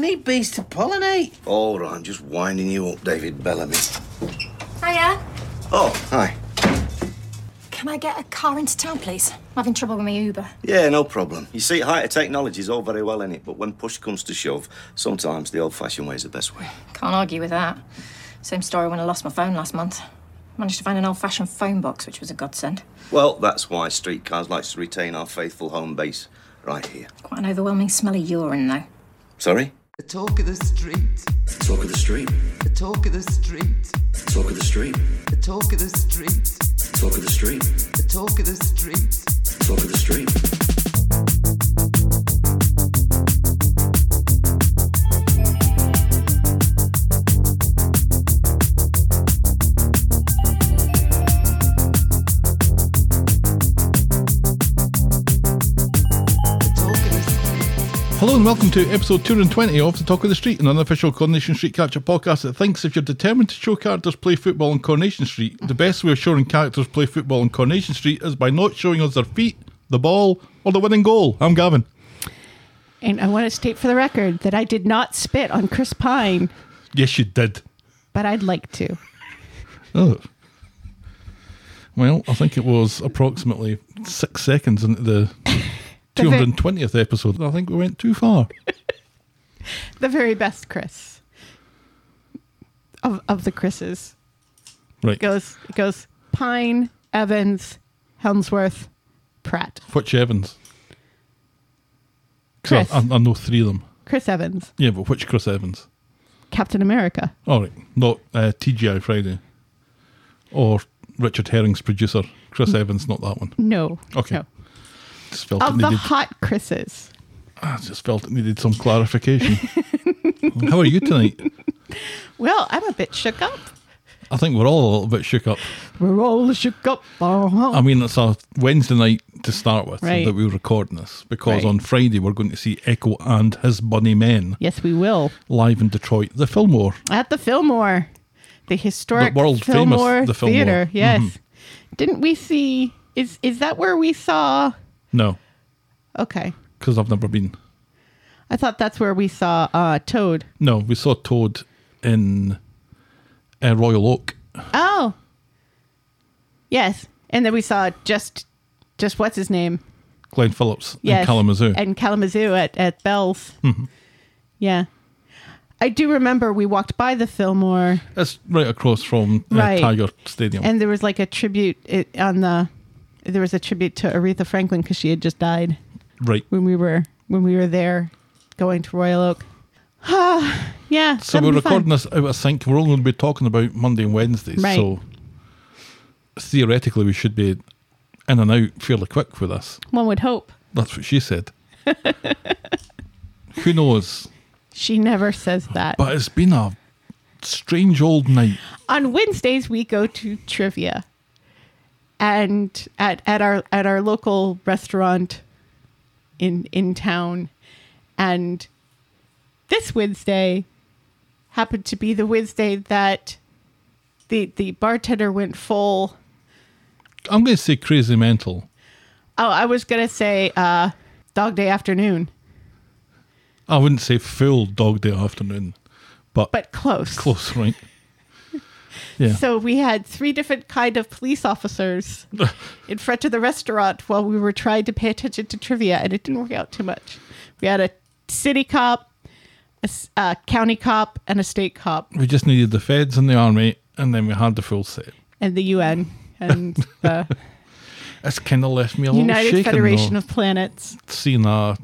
need bees to pollinate. All right, I'm just winding you up, David Bellamy. Hiya. Oh, hi. Can I get a car into town, please? I'm having trouble with my Uber. Yeah, no problem. You see, higher technology is all very well in it, but when push comes to shove, sometimes the old-fashioned way is the best way. Can't argue with that. Same story when I lost my phone last month. Managed to find an old fashioned phone box, which was a godsend. Well, that's why streetcars likes to retain our faithful home base right here. Quite an overwhelming smell of urine, though. Sorry? The talk of the street. Talk of the street. The talk of the street. Talk of the street. The talk of the street. Talk of the street. The talk of the street. Talk of the street. The talk of the street. Hello and welcome to episode 220 of The Talk of the Street, an unofficial Coronation Street Catcher podcast that thinks if you're determined to show characters play football on Coronation Street, the best way of showing characters play football on Coronation Street is by not showing us their feet, the ball, or the winning goal. I'm Gavin. And I want to state for the record that I did not spit on Chris Pine, Yes, you did. but I'd like to. Oh. Well, I think it was approximately six seconds into the 220th episode. I think we went too far. The very best Chris of, of the Chris's. Right. It goes, it goes Pine, Evans, Helmsworth, Pratt. Which Evans? 'Cause I, Chris. I, I know three of them. Chris Evans, Yeah, but which Chris Evans? Captain America. All right, not uh, TGI Friday or Richard Herring's producer, Chris Evans, not that one. No. Okay. No. Just felt it Mm. Of the needed. hot Chris's. I just felt it needed some clarification. How are you tonight? Well, I'm a bit shook up. I think we're all a little bit shook up. We're all shook up. I mean, it's a Wednesday night to start with Right. that we were recording this because Right. on Friday we're going to see Echo and his bunny men Yes, we will. live in Detroit, the Fillmore. At the Fillmore, the historic The world famous Fillmore the Fillmore. Mm-hmm. Theater. Yes, didn't we see? Is is that where we saw? No, Okay, because I've never been. I thought that's where we saw uh, Toad. No, we saw Toad in uh, Royal Oak. Oh, yes, and then we saw just just what's his name? Glenn Phillips Yes, in Kalamazoo. Mm-hmm. and Kalamazoo at at Bell's. Yeah, I do remember we walked by the Fillmore. it's right across from uh, Right. Tiger Stadium. and there was like a tribute it, on the there was a tribute to aretha franklin because she had just died right. when we were when we were there going to royal oak Ah, yeah So we're recording this out of sync. We're only going to be talking about Monday and Wednesdays. Right. So theoretically, we should be in and out fairly quick with this. one would hope That's what she said. Who knows? she never says that But it's been a strange old night. on wednesdays we go to trivia and at, at our at our local restaurant in in town and this Wednesday happened to be the Wednesday that the the bartender went full. I'm going to say crazy mental. Oh, I was gonna say uh, dog day afternoon, I wouldn't say full dog day afternoon, but, but close. close, right? Yeah. So we had three different kind of police officers in front of the restaurant while we were trying to pay attention to trivia, and it didn't work out too much. We had a city cop, a, s- a county cop, and a state cop, we just needed the feds and the army, and then we had the full set. and the UN and the It's kind of left me a little United shaken. Federation though. of Planets. seen a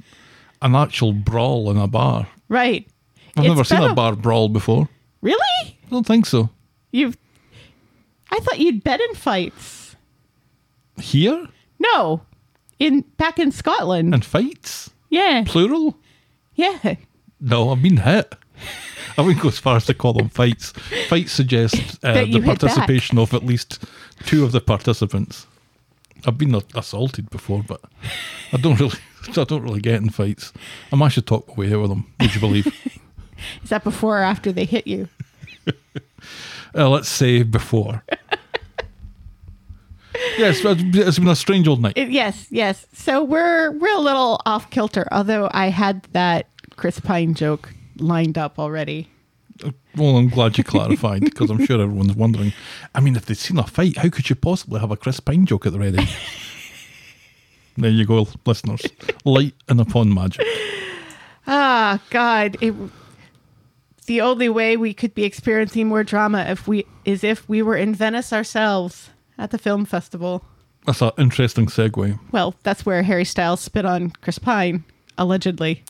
an actual brawl in a bar. Right. I've It's never seen been a bar brawl before. Really? I don't think so. You've? I thought you'd been in fights. Here No, in back in Scotland. and fights yeah. plural? Yeah. No, I've been hit. I wouldn't go as far as to call them fights. Fights suggest uh, That the you hit back. participation of at least two of the participants. I've been a- assaulted before, but I don't really, I don't really get in fights. I might should talk my way out of them. Would you believe? Is that before or after they hit you? uh, let's say before. yes, it's been a strange old night. It- yes, yes. So we're we're a little off kilter, although I had that Chris Pine joke lined up already. Well, I'm glad you clarified because I'm sure everyone's wondering. I mean, if they'd seen a fight, how could you possibly have a Chris Pine joke at the ready? there you go, listeners. Light and upon magic. Ah, God, it. The only way we could be experiencing more drama if we is if we were in Venice ourselves at the film festival. That's an interesting segue. Well, that's where Harry Styles spit on Chris Pine, allegedly.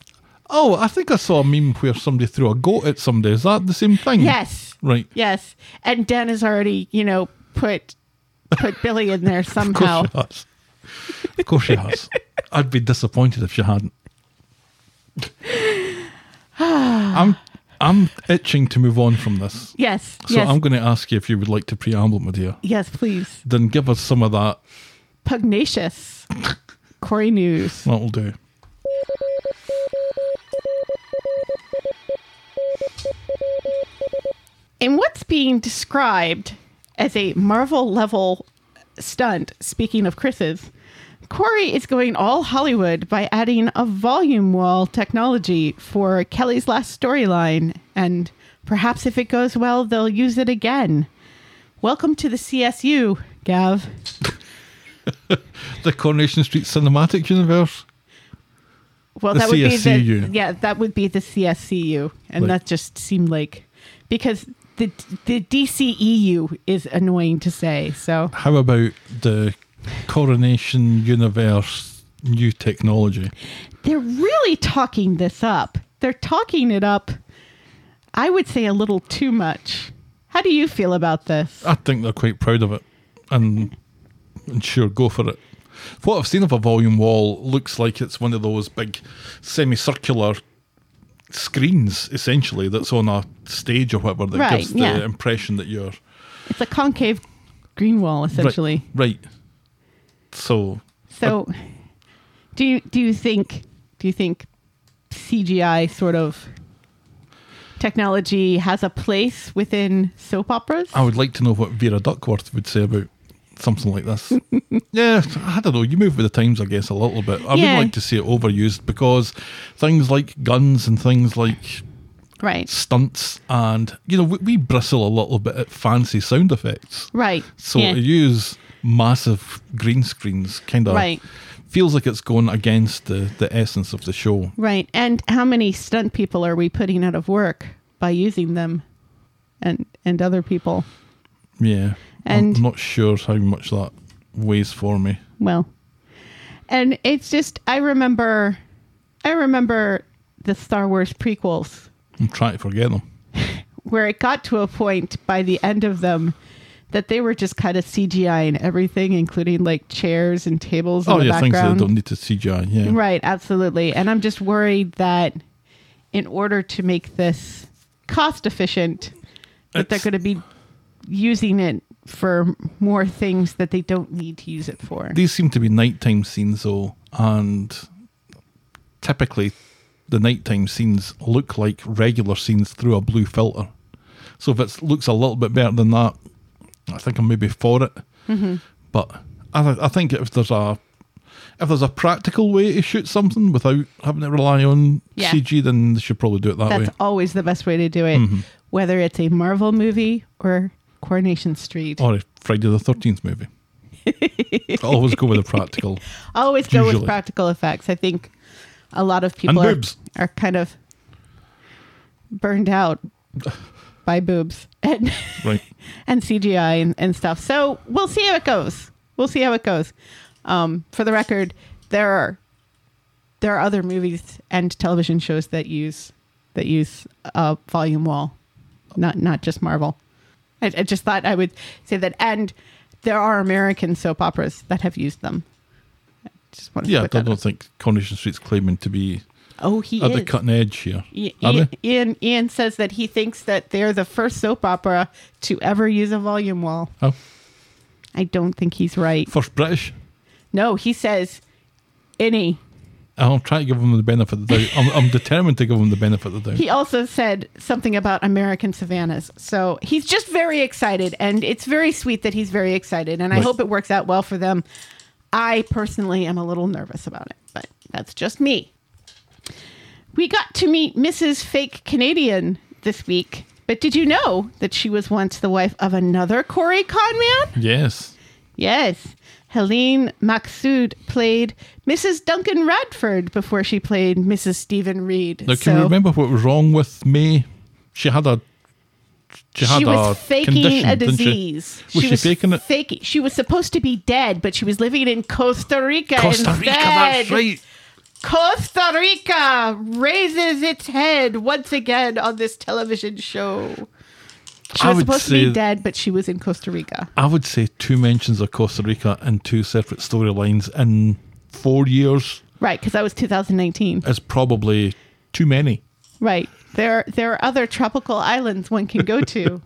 Oh, I think I saw a meme where somebody threw a goat at somebody. Is that the same thing? Yes. Right. Yes. And Dan has already, you know, put put Billy in there Of course somehow. she has. Of course she has. I'd be disappointed if she hadn't. I'm I'm itching to move on from this. Yes. So yes. I'm going to ask you if you would like to preamble, my dear. yes, please. Then give us some of that. Pugnacious. Corey News. That'll do. In what's being described as a Marvel level stunt, speaking of Chris's, Corey is going all Hollywood by adding a volume wall technology for Kelly's last storyline, and perhaps if it goes well, they'll use it again. Welcome to the CSU, Gav. The Coronation Street Cinematic Universe. Well, The that would be the CSCU. yeah, that would be the CSCU, and Like- that just seemed like because the the DCEU is annoying to say. So How about the Coronation Universe new technology? they're really talking this up. They're talking it up. I would say a little too much. How do you feel about this? I think they're quite proud of it, and, and sure, go for it. What I've seen of a volume wall looks like it's one of those big semicircular screens, essentially, that's on a stage or whatever that Right, gives the yeah. impression that you're It's a concave green wall, Right, essentially. right. So So, do you do you think do you think CGI sort of technology has a place within soap operas? I would like to know what Vera Duckworth would say about something like this. yeah, I don't know. You move with the times, I guess, a little bit. I Yeah. would like to see it overused because things like guns and things like Right, stunts and, you know, we, we bristle a little bit at fancy sound effects. right. So yeah. to use massive green screens kind of Right. feels like it's going against the, the essence of the show. right. And how many stunt people are we putting out of work by using them, and and other people? Yeah. And- I'm not sure how much that weighs for me. well and it's just i remember i remember the star wars prequels I'm trying to forget them. where it got to a point by the end of them that they were just kind of cgiing everything including like chairs and tables in Oh the yeah, things that background don't need to CGI. Yeah, right absolutely and i'm just worried that in order to make this cost efficient that they're It's- going to be using it for more things that they don't need to use it for These seem to be nighttime scenes though, and typically the nighttime scenes look like regular scenes through a blue filter. So if it looks a little bit better than that, I think I'm maybe for it. Mm-hmm. But I, th- I think if there's a if there's a practical way to shoot something without having to rely on Yeah. CG, then they should probably do it that That's way. always the best way to do it, Mm-hmm. whether it's a Marvel movie or Coronation Street. Or a Friday the Thirteenth movie. I always go with a practical. always go with usually. practical effects. I think a lot of people are, boobs. are kind of burned out by boobs and Right. and CGI and, and stuff. So we'll see how it goes. We'll see how it goes. Um, for the record, there are there are other movies and television shows that use that use a volume wall, not not just Marvel. I, I just thought I would say that, and there are American soap operas that have used them. I just wanted Yeah, I to put don't that. think Coronation Street's claiming to be Oh, he at is. the cutting edge here. I- Are Ian, they? Ian Ian says that he thinks that they're the first soap opera to ever use a volume wall. Oh, I don't think he's right. first British. No, he says any. I'll try to give them the benefit of the doubt. I'm, I'm determined to give them the benefit of the doubt. He also said something about American savannas. So he's just very excited, and it's very sweet that he's very excited. And I Right. hope it works out well for them. I personally am a little nervous about it, but that's just me. We got to meet Mrs. Fake Canadian this week, but did you know that she was once the wife of another Corey Conman? Yes. Yes. Helene Maxud played Mrs. Duncan Radford before she played Mrs. Stephen Reed. Now, can So we remember what was wrong with May? She had a she had she a was faking condition, a didn't she? disease. Was she, was faking it? Faking. She was supposed to be dead, but she was living in Costa Rica Costa Rica, that's instead. right. Costa Rica raises its head once again on this television show. She I was would supposed to say- be dead, but she was in Costa Rica. I would say two mentions of Costa Rica and two separate storylines in four years Right, because that was 2019. is probably too many. Right. There, there are other tropical islands one can go to.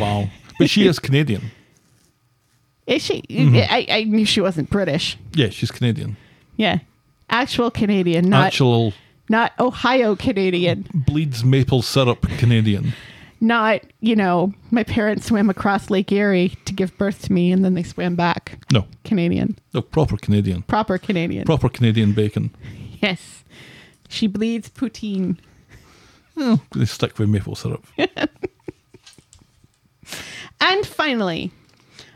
Wow. But she is Canadian. Is she? I, I knew she wasn't British. Yeah, she's Canadian. Yeah. Actual Canadian, not Actual not Ohio Canadian. bleeds maple syrup Canadian. not, you know, my parents swam across Lake Erie to give birth to me and then they swam back. No, Canadian. no, proper Canadian. Proper Canadian. Proper Canadian bacon. yes. She bleeds poutine. Eh, They stick with maple syrup. And finally,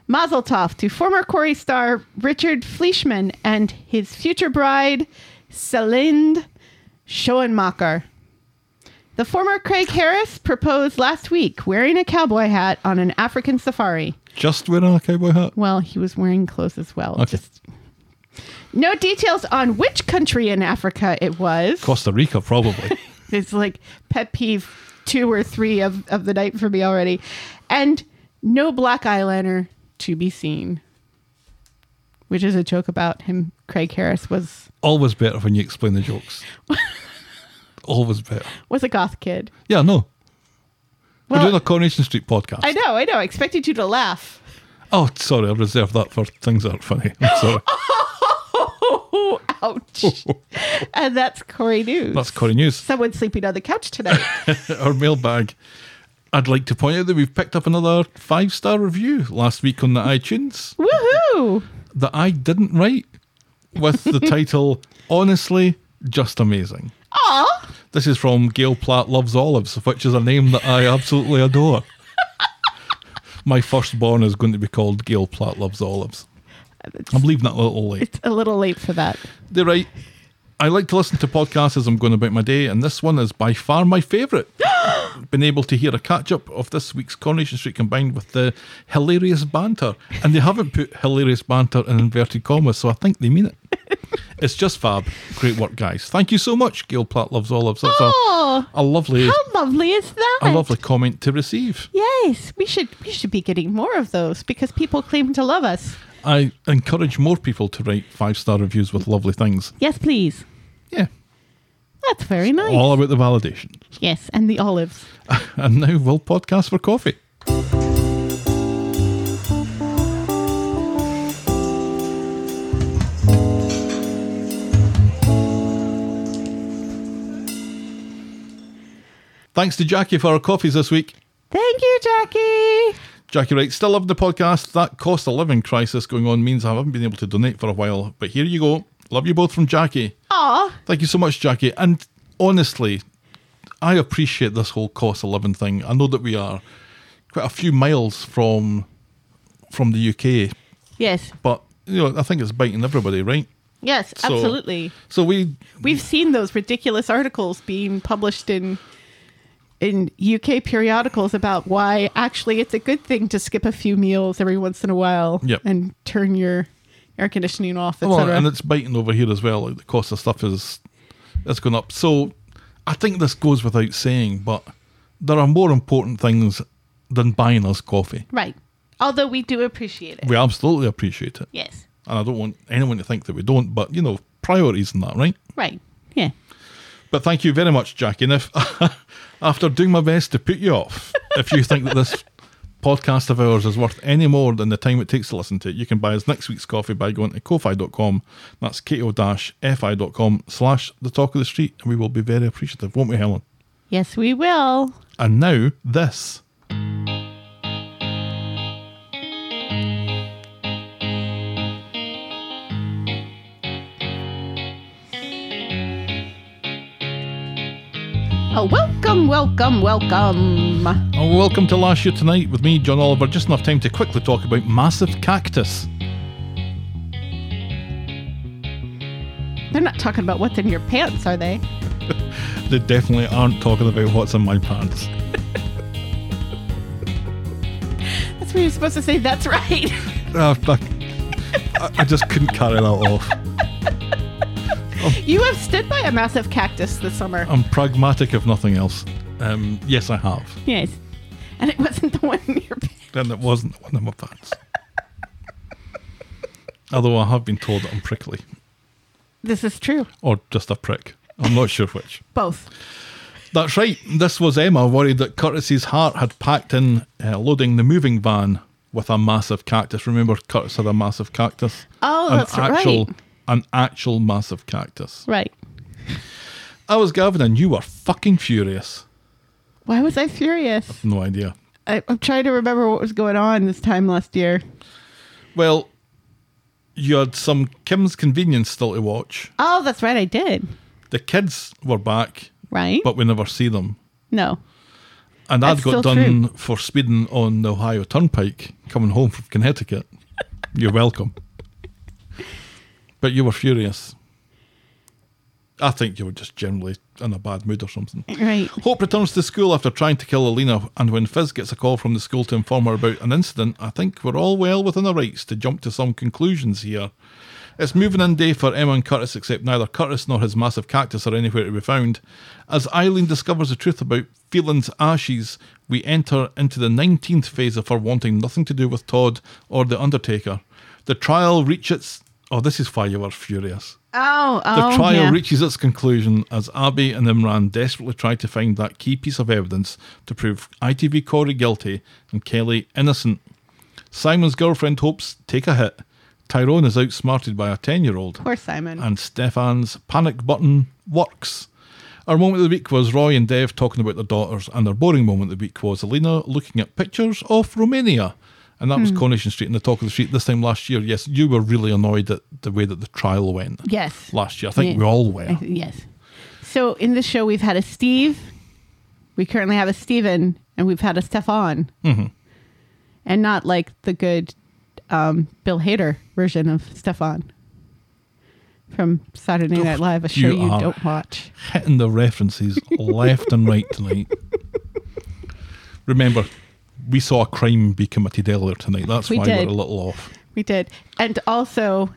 Mazel Tov to former Corey star Richard Fleischman and his future bride, Celind Schoenmacher. The former Craig Harris proposed last week wearing a cowboy hat on an African safari. Just wearing a cowboy hat. Well, he was wearing clothes as well. Okay. Just no details on which country in Africa it was. Costa Rica, probably. It's like pet peeve two or three of, of the night for me already. And no black eyeliner to be seen. Which is a joke about him. Craig Harris was Always better when you explain the jokes. Always better. was a goth kid. Yeah, no. Well- We're doing a Coronation Street podcast. I know, I know. I expected you to laugh. oh, sorry, I reserved that for things that are funny. I'm sorry. Oh, ouch. and that's Corey News. That's Corey News. Someone sleeping on the couch tonight. our mailbag. I'd like to point out that we've picked up another five star review last week on the iTunes Woohoo! that I didn't write with the title Honestly Just Amazing. Aw. This is from Gail Platt Loves Olives, which is a name that I absolutely adore. My firstborn is going to be called Gail Platt Loves Olives. I'm leaving that a little late. It's a little late for that. They write, I like to listen to podcasts as I'm going about my day, and this one is by far my favourite. Been able to hear a catch up of this week's Coronation Street combined with the hilarious banter, and they haven't put hilarious banter in inverted commas, so I think they mean it. It's just fab. Great work, guys. Thank you so much. Gail Platt loves olives. That's Oh, a, a lovely, How lovely is that? a lovely comment to receive. Yes, we should we should be getting more of those because people claim to love us. I encourage more people to write five star reviews with lovely things. Yes, please. Yeah, That's very nice. all about the validation. yes, and the olives. And now we'll podcast for coffee. Thanks to Jackie for our coffees this week. Thank you, Jackie. Jackie writes, still loving the podcast. That cost of living crisis going on means I haven't been able to donate for a while, but here you go. Love you both from Jackie. Aw, Thank you so much, Jackie. And honestly, I appreciate this whole cost of living thing. I know that we are quite a few miles from from the UK, yes, but you know, I think it's biting everybody, right? yes, So- absolutely. So we We've seen those ridiculous articles being published in in UK periodicals about why actually it's a good thing to skip a few meals every once in a while Yep. and turn your air conditioning off, well, and etc. it's biting over here as well. Like the cost of stuff is is going up. So I think this goes without saying, but there are more important things than buying us coffee. Right. Although we do appreciate it. We absolutely appreciate it, Yes. and I don't want anyone to think that we don't. But you know, priorities and that, right? Right. Yeah. But thank you very much, Jackie. And if after doing my best to put you off, if you think that this podcast of ours is worth any more than the time it takes to listen to it, you can buy us next week's coffee by going to kofi.com. That's ko-fi.com slash the talk of the street. And we will be very appreciative, won't we, Helen? Yes, we will. And now this. Oh, welcome, welcome, welcome. And welcome to Last Year Tonight with me, John Oliver. Just enough time to quickly talk about Massive Cactus. They're not talking about what's in your pants, are they? They definitely aren't talking about what's in my pants. That's what you're supposed to say. That's right. Ah, fuck. I, I just couldn't carry that off. you have stood by a massive cactus this summer. I'm pragmatic, if nothing else. Um, yes, I have. Yes. And it wasn't the one in your pants. And it wasn't one of my pants. Although I have been told that I'm prickly, This is true. or just a prick. I'm not sure which. Both. That's right. This was Emma worried that Curtis's heart had packed in uh, loading the moving van with a massive cactus. Remember, Curtis had a massive cactus. Oh, an that's actual, right. An actual massive cactus. Right. I was Gavin, and you were fucking furious. Why was I furious? No idea. I, I'm trying to remember what was going on this time last year. Well, you had some Kim's Convenience still to watch. Oh, that's right. I did. The kids were back, Right? but we never see them. no. And I'd That's got still done for speeding on the Ohio Turnpike coming home from Connecticut. You're welcome. But you were furious. I think you were just generally in a bad mood or something. Right. Hope returns to school after trying to kill Alina, and when Fizz gets a call from the school to inform her about an incident, I think we're all well within our rights to jump to some conclusions here. It's moving in day for Emma and Curtis, except neither Curtis nor his massive cactus are anywhere to be found. As Eileen discovers the truth about Phelan's ashes, we enter into the 19th phase of her wanting nothing to do with Todd or the Undertaker. The trial reaches. Oh, this is why you were furious. Oh, The oh. trial yeah. reaches its conclusion as Abby and Imran desperately try to find that key piece of evidence to prove ITV Corey guilty and Kelly innocent. Simon's girlfriend hopes take a hit. Tyrone is outsmarted by a 10 year old. Poor Simon. And Stefan's panic button works. Our moment of the week was Roy and Dev talking about their daughters, and our boring moment of the week was Alina looking at pictures of Romania. And that Hmm. was Coronation Street and the talk of the street this time last year. Yes, you were really annoyed at the way that the trial went yes. last year. I think Yeah. we all were. I th- yes. So in the show, we've had a Steve. We currently have a Steven, and we've had a Stefan. Mm-hmm. And not like the good um, Bill Hader version of Stefan from Saturday Night Live, a show you you, are- don't watch. Hitting the references left and right tonight. Remember, we saw a crime be committed earlier tonight. That's We why did. we're a little off. We did. And also,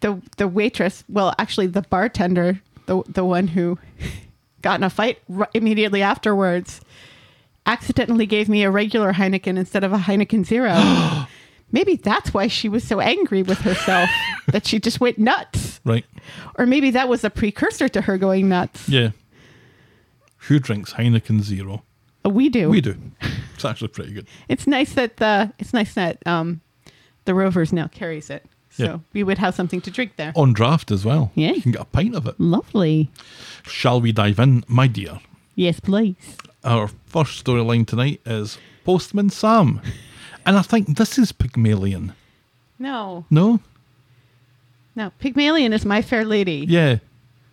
the the waitress, well, actually, the bartender, the, the one who got in a fight r- immediately afterwards, accidentally gave me a regular Heineken instead of a Heineken Zero. maybe that's why she was so angry with herself that she just went nuts. Right. Or maybe that was a precursor to her going nuts. Yeah. Who drinks Heineken Zero? Uh, We do. We do. It's actually pretty good. It's nice that the it's nice that um, the Rovers now carries it. So Yeah. Oh. we would have something to drink there. On draft as well. Yeah. You can get a pint of it. Lovely. Shall we dive in, my dear? Yes, please. Our first storyline tonight is Postman Sam. And I think this is Pygmalion. No, No? no. Pygmalion is my fair lady. Yeah.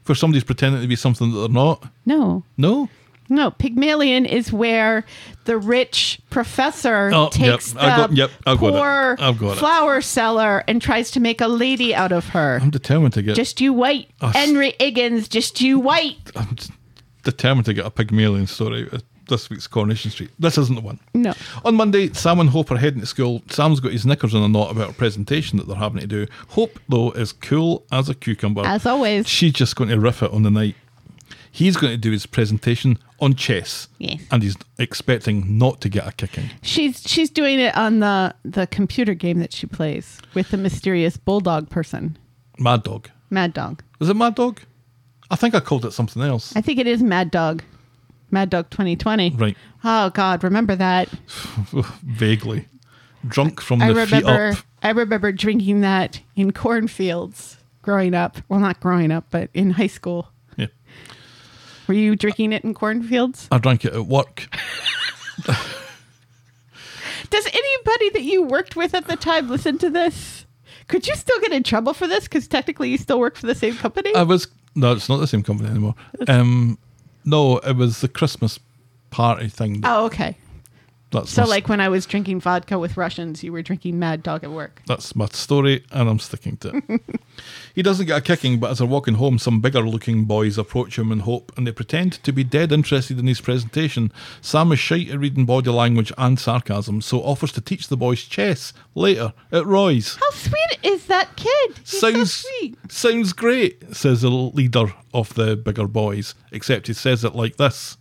For somebody's pretending to be something that they're not. No, No? no. Pygmalion is where the rich professor Oh, yep. takes I got- the yep, I've got it. poor I've got it. flower seller and tries to make a lady out of her. I'm determined to get Just you wait, Oh, s- Henry Higgins. Just you wait. I'm just determined to get a Pygmalion story out of this week's Coronation Street. This isn't the one. No. On Monday, Sam and Hope are heading to school. Sam's got his knickers in a knot about a presentation that they're having to do. Hope, though, is cool as a cucumber. As always. She's just going to riff it on the night. He's going to do his presentation on chess. Yes. And he's expecting not to get a kicking. She's she's doing it on the the computer game that she plays with the mysterious bulldog person, Mad Dog. Mad Dog. Is it Mad Dog? I think I called it something else. I think it is Mad Dog, Mad Dog 2020. Right. Oh God, remember that. Vaguely. Drunk from the I feet remember up. I remember drinking that in cornfields growing up. Well, not growing up, but in high school. Yeah. Were you drinking it in cornfields? I drank it at work. Does anybody that you worked with at the time listen to this? Could you still get in trouble for this? Because technically, you still work for the same company. I was no, it's not the same company anymore. Um, No, it was the Christmas party thing. Oh, okay. That's Oh, So, my s- like when I was drinking vodka with Russians, you were drinking Mad Dog at work. That's my story, and I'm sticking to it. he doesn't get a kicking, but as they're walking home, some bigger looking boys approach him in hope, and they pretend to be dead interested in his presentation. Sam is shite at reading body language and sarcasm, so offers to teach the boys chess later at Roy's. How sweet is that kid? He's so sounds sweet. sounds great, says the leader of the bigger boys, except he says it like this.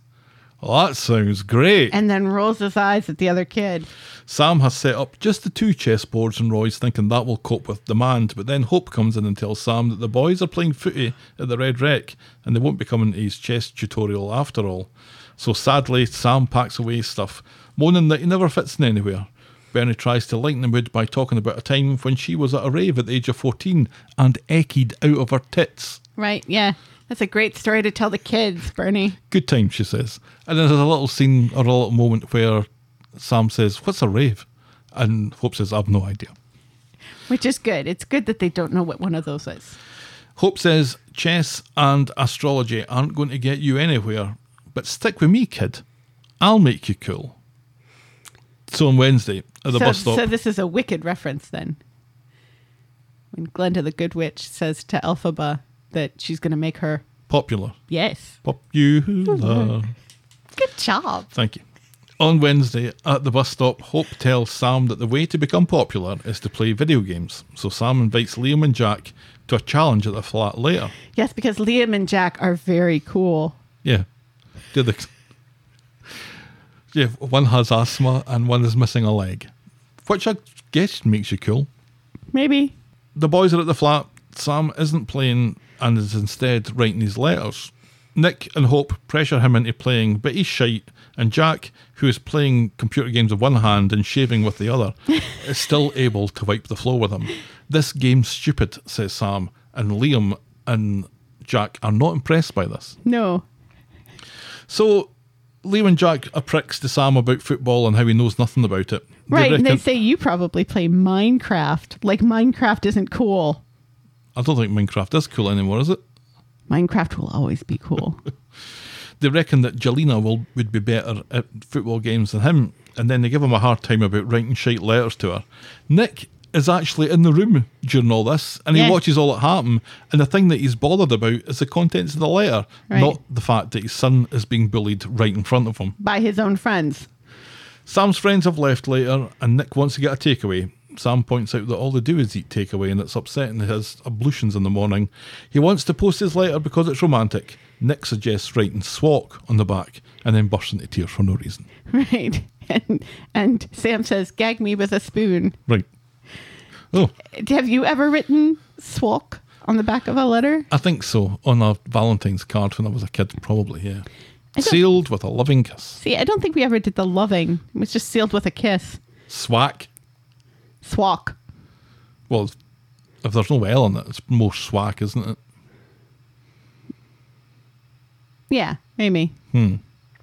Well, that sounds great. And then rolls his eyes at the other kid. Sam has set up just the two chessboards and Roy's thinking that will cope with demand, but then Hope comes in and tells Sam that the boys are playing footy at the Red Wreck and they won't be coming to his chess tutorial after all. So sadly, Sam packs away his stuff, moaning that he never fits in anywhere. Bernie tries to lighten the mood by talking about a time when she was at a rave at the age of 14 and eckied out of her tits. Right? Yeah. That's a great story to tell the kids, Bernie. Good time, she says. And then there's a little scene or a little moment where Sam says, What's a rave? And Hope says, I've no idea. Which is good. It's good that they don't know what one of those is. Hope says chess and astrology aren't going to get you anywhere, but stick with me, kid. I'll make you cool. So on Wednesday at the so, bus stop, so this is a wicked reference then. When Glenda the Good Witch says to Elphaba that she's going to make her popular, yes. popular. Good job. Thank you. On Wednesday at the bus stop, Hope tells Sam that the way to become popular is to play video games. So Sam invites Liam and Jack to a challenge at the flat later. Yes, because Liam and Jack are very cool. Yeah. Did the Yeah, one has asthma and one is missing a leg. Which I guess makes you cool. Maybe. The boys are at the flat. Sam isn't playing and is instead writing his letters. Nick and Hope pressure him into playing, but he's shite. And Jack, who is playing computer games with one hand and shaving with the other, is still able to wipe the floor with him. This game's stupid, says Sam. And Liam and Jack are not impressed by this. No. So Liam and Jack are pricks to Sam about football and how he knows nothing about it. They Right. and they reckon- say you probably play Minecraft. Like Minecraft isn't cool. I don't think Minecraft is cool anymore, is it? Minecraft will always be cool. They reckon that Jelena will would be better at football games than him, and then they give him a hard time about writing shite letters to her. Nick is actually in the room during all this, and he Yeah. watches all it happen. And the thing that he's bothered about is the contents of the letter, Right. not the fact that his son is being bullied right in front of him. By his own friends. Sam's friends have left later, and Nick wants to get a takeaway. Sam points out that all they do is eat takeaway, and it's upsetting his ablutions in the morning. He wants to post his letter because it's romantic. Nick suggests writing "swalk" on the back, and then bursts into tears for no reason. Right. And and Sam says, gag me with a spoon. Right. Oh, Have you ever written swalk on the back of a letter? I think so. On a Valentine's card when I was a kid, probably yeah. don't- Sealed with a loving kiss. See, I don't think we ever did the loving. It was just sealed with a kiss. Swack. Swalk. Well, if there's no L on it, it's more swack, isn't it? Yeah, maybe.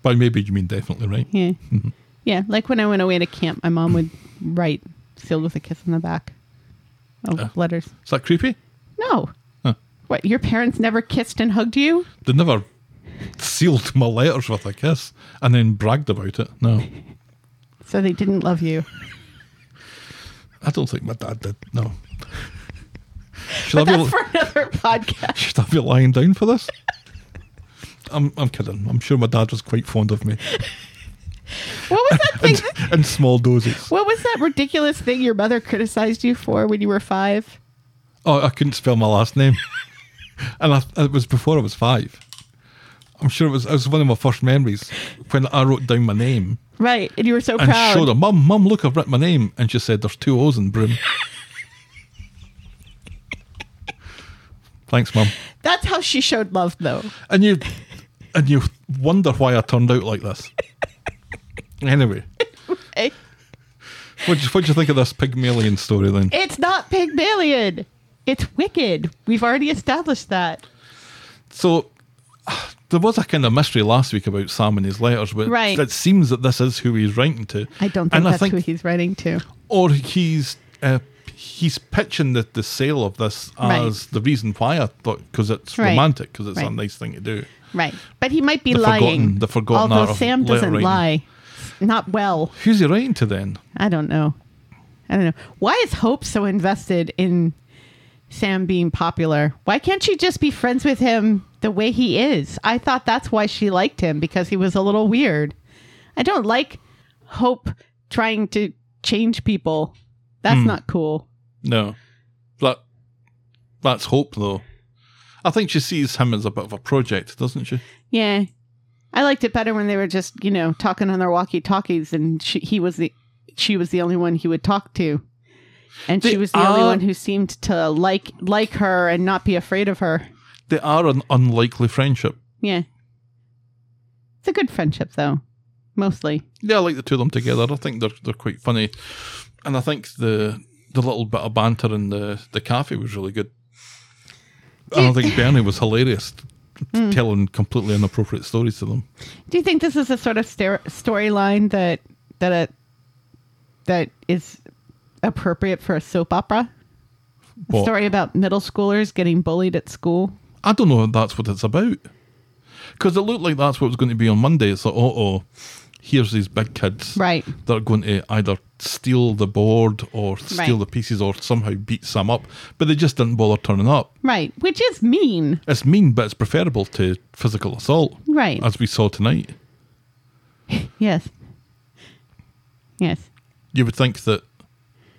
By maybe you mean definitely, right? Yeah. Mm-hmm. Yeah, like when I went away to camp, my mom would write sealed with a kiss on the back of letters. Is that creepy? No. Uh. Huh. What, your parents never kissed and hugged you? They never sealed my letters with a kiss and then bragged about it. No, So they didn't love you. I don't think my dad did. No. But Should I, be, that's for another podcast. should I be lying down for this? I'm, I'm kidding. I'm sure my dad was quite fond of me What was that in, thing? in small doses. What was that ridiculous thing your mother criticized you for when you were five? Oh, I couldn't spell my last name. and I, it was before I was five. I'm sure it was, it was one of my first memories when I wrote down my name Right. And you were so and proud. showed her, Mum, Mum, look, I've written my name. And she said, There's two O's in broom. Thanks, Mum. That's how she showed love, though. And you and you wonder why I turned out like this. Anyway, Eh, what do you, what do you think of this Pygmalion story then? It's not Pygmalion. It's wicked. We've already established that. So there was a kind of mystery last week about Sam and his letters, but Right. it seems that this is who he's writing to. I don't think and that's I think, who he's writing to. or he's uh, he's pitching the, the sale of this as Right. the reason why I thought because it's Right. romantic because it's a Right. nice thing to do. Right. But he might be The lying. forgotten- the forgotten art Although of Sam doesn't letter writing. lie. Not well. Who's he writing to then? I don't know. I don't know. Why is Hope so invested in Sam being popular? Why can't she just be friends with him the way he is? I thought that's why she liked him because he was a little weird. I don't like Hope trying to change people. That's not cool. No. That that's hope though. I think she sees him as a bit of a project, doesn't she? Yeah. I liked it better when they were just, you know, talking on their walkie-talkies and she, he was the she was the only one he would talk to. And They she was the only are- one who seemed to like like her and not be afraid of her. They are an unlikely friendship. Yeah. It's a good friendship though. Mostly. Yeah, I like the two of them together. I think they're they're quite funny. And I think the the little bit of banter in the, the cafe was really good. And I think Bernie was hilarious Hmm. telling completely inappropriate stories to them. Do you think this is a sort of star- storyline that that a, that is appropriate for a soap opera? A What? story about middle schoolers getting bullied at school? I don't know if that's what it's about. Because it looked like that's what it was going to be on Monday. It's like, uh oh, here's these big kids. Right. They're going to either steal the board or steal Right. the pieces or somehow beat Sam up. But they just didn't bother turning up. Right, which is mean. It's mean, but it's preferable to physical assault. Right. As we saw tonight. Yes. Yes. You would think that.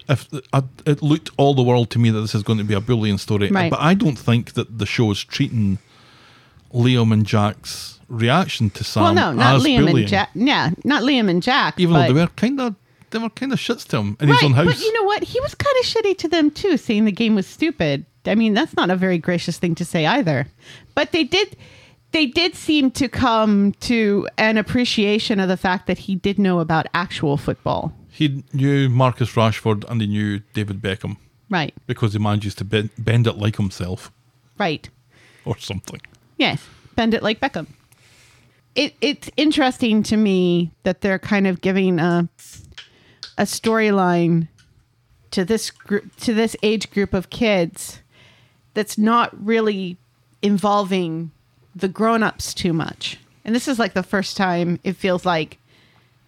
If I, it looked all the world to me that this is going to be a bullying story, uh, Right. but I don't think that the show is treating Liam and Jack's reaction to Sam Well, no, not as Liam bullying. and Jack. Yeah, not Liam and Jack. Um, even but, though they were kind of they were kind of shits to him in his right, own house. but you know what? He was kind of shitty to them too, saying the game was stupid. I mean, that's not a very gracious thing to say either. But they did, they did seem to come to an appreciation of the fact that he did know about actual football. he knew Marcus Rashford and he knew David Beckham Right. because he manages to bend, bend it like himself Right. or something. Yes, bend it like Beckham. It it's interesting to me that they're kind of giving a a storyline to this group to this age group of kids that's not really involving the grown-ups too much. And this is like the first time it feels like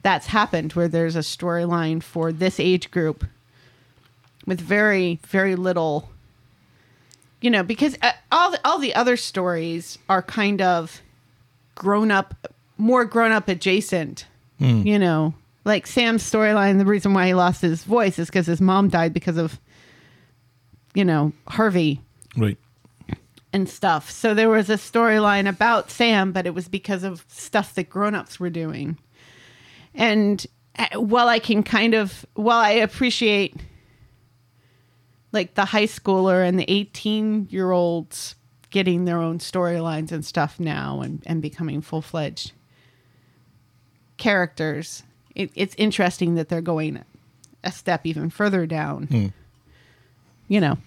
that's happened where there's a storyline for this age group with very very little you know because uh, all the, all the other stories are kind of grown up more grown up adjacent you know like sam's storyline the reason why he lost his voice is because his mom died because of you know harvey Right. and stuff so there was a storyline about sam but it was because of stuff that grown ups were doing and uh, while i can kind of while i appreciate like the high schooler and the 18 year olds getting their own storylines and stuff now and, and becoming full fledged characters. It, it's interesting that they're going a step even further down. You know,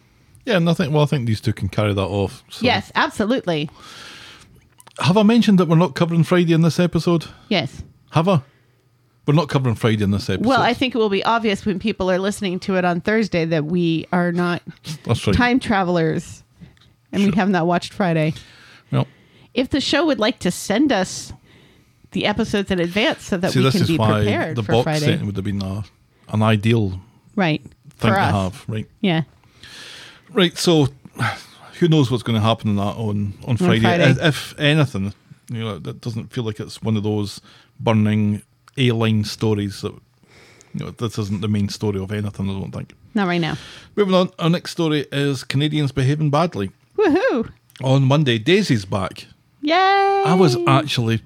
Yeah, and I think well, I think these two can carry that off. So. yes, absolutely. Have I mentioned that we're not covering Friday in this episode? Yes. Have I? We're not covering Friday in this episode. Well, I think it will be obvious when people are listening to it on Thursday that we are not that's right. time travelers and we Sure. have not watched Friday. Well, if the show would like to send us the episodes in advance so that see, we this can is be why prepared the for box Friday. setting would have been a, an ideal Right. thing for to us. have. Right. Yeah. Right, so who knows what's going to happen in that on on Friday? Friday. If- If anything, you know, that doesn't feel like it's one of those burning A line stories that you know this isn't the main story of anything. I don't think. Not right now. Moving on, our next story is Canadians behaving badly. Woohoo. On Monday, Daisy's back. Yay. I was uh, actually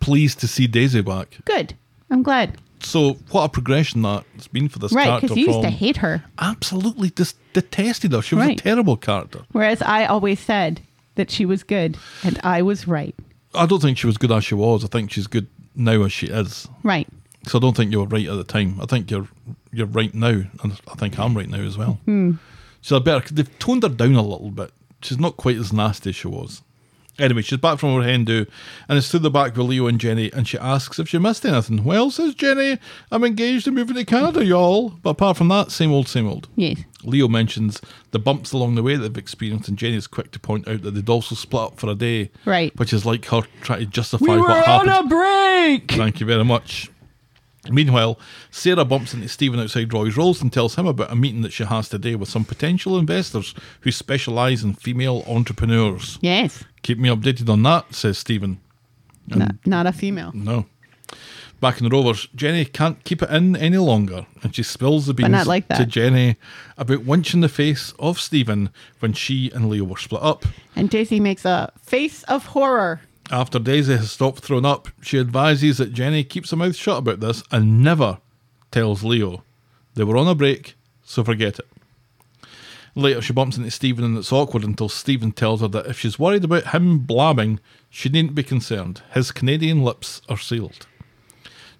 pleased to see Daisy back. good. I'm glad. So what a progression that's been for this Right, character. because you used to from- hate her. absolutely just detested her. She was Right. a terrible character. Whereas I always said that she was good and I was right. I don't think she was good as she was. I think she's good now as she is. Right. So I don't think you were right at the time. I think you're you're right now, and I think I'm right now as well. Mm. She's a better. They've toned her down a little bit. She's not quite as nasty as she was. Anyway, she's back from her hen do, and it's through the back with Leo and Jenny, and she asks if she missed anything. Well, says Jenny, I'm engaged and moving to Canada, y'all. But apart from that, same old, same old. Yes. Leo mentions the bumps along the way that they've experienced, and Jenny is quick to point out that they'd also split up for a day. Right. Which is like her trying to justify what happened. break. Thank you very much. Meanwhile, Sarah bumps into Stephen outside Roy's Rolls and tells him about a meeting that she has today with some potential investors who specialise in female entrepreneurs. Yes, Keep me updated on that, says Stephen. not, not a female, No. Back in the Rovers, Jenny can't keep it in any longer, and she spills the beans not like that. to Jenny about winching the face of Stephen when she and Leo were split up. and Daisy makes a face of horror. After Daisy has stopped throwing up, she advises that Jenny keeps her mouth shut about this and never tells Leo. They were on a break, so forget it. Later, she bumps into Stephen and it's awkward until Stephen tells her that if she's worried about him blabbing, she needn't be concerned. His Canadian lips are sealed.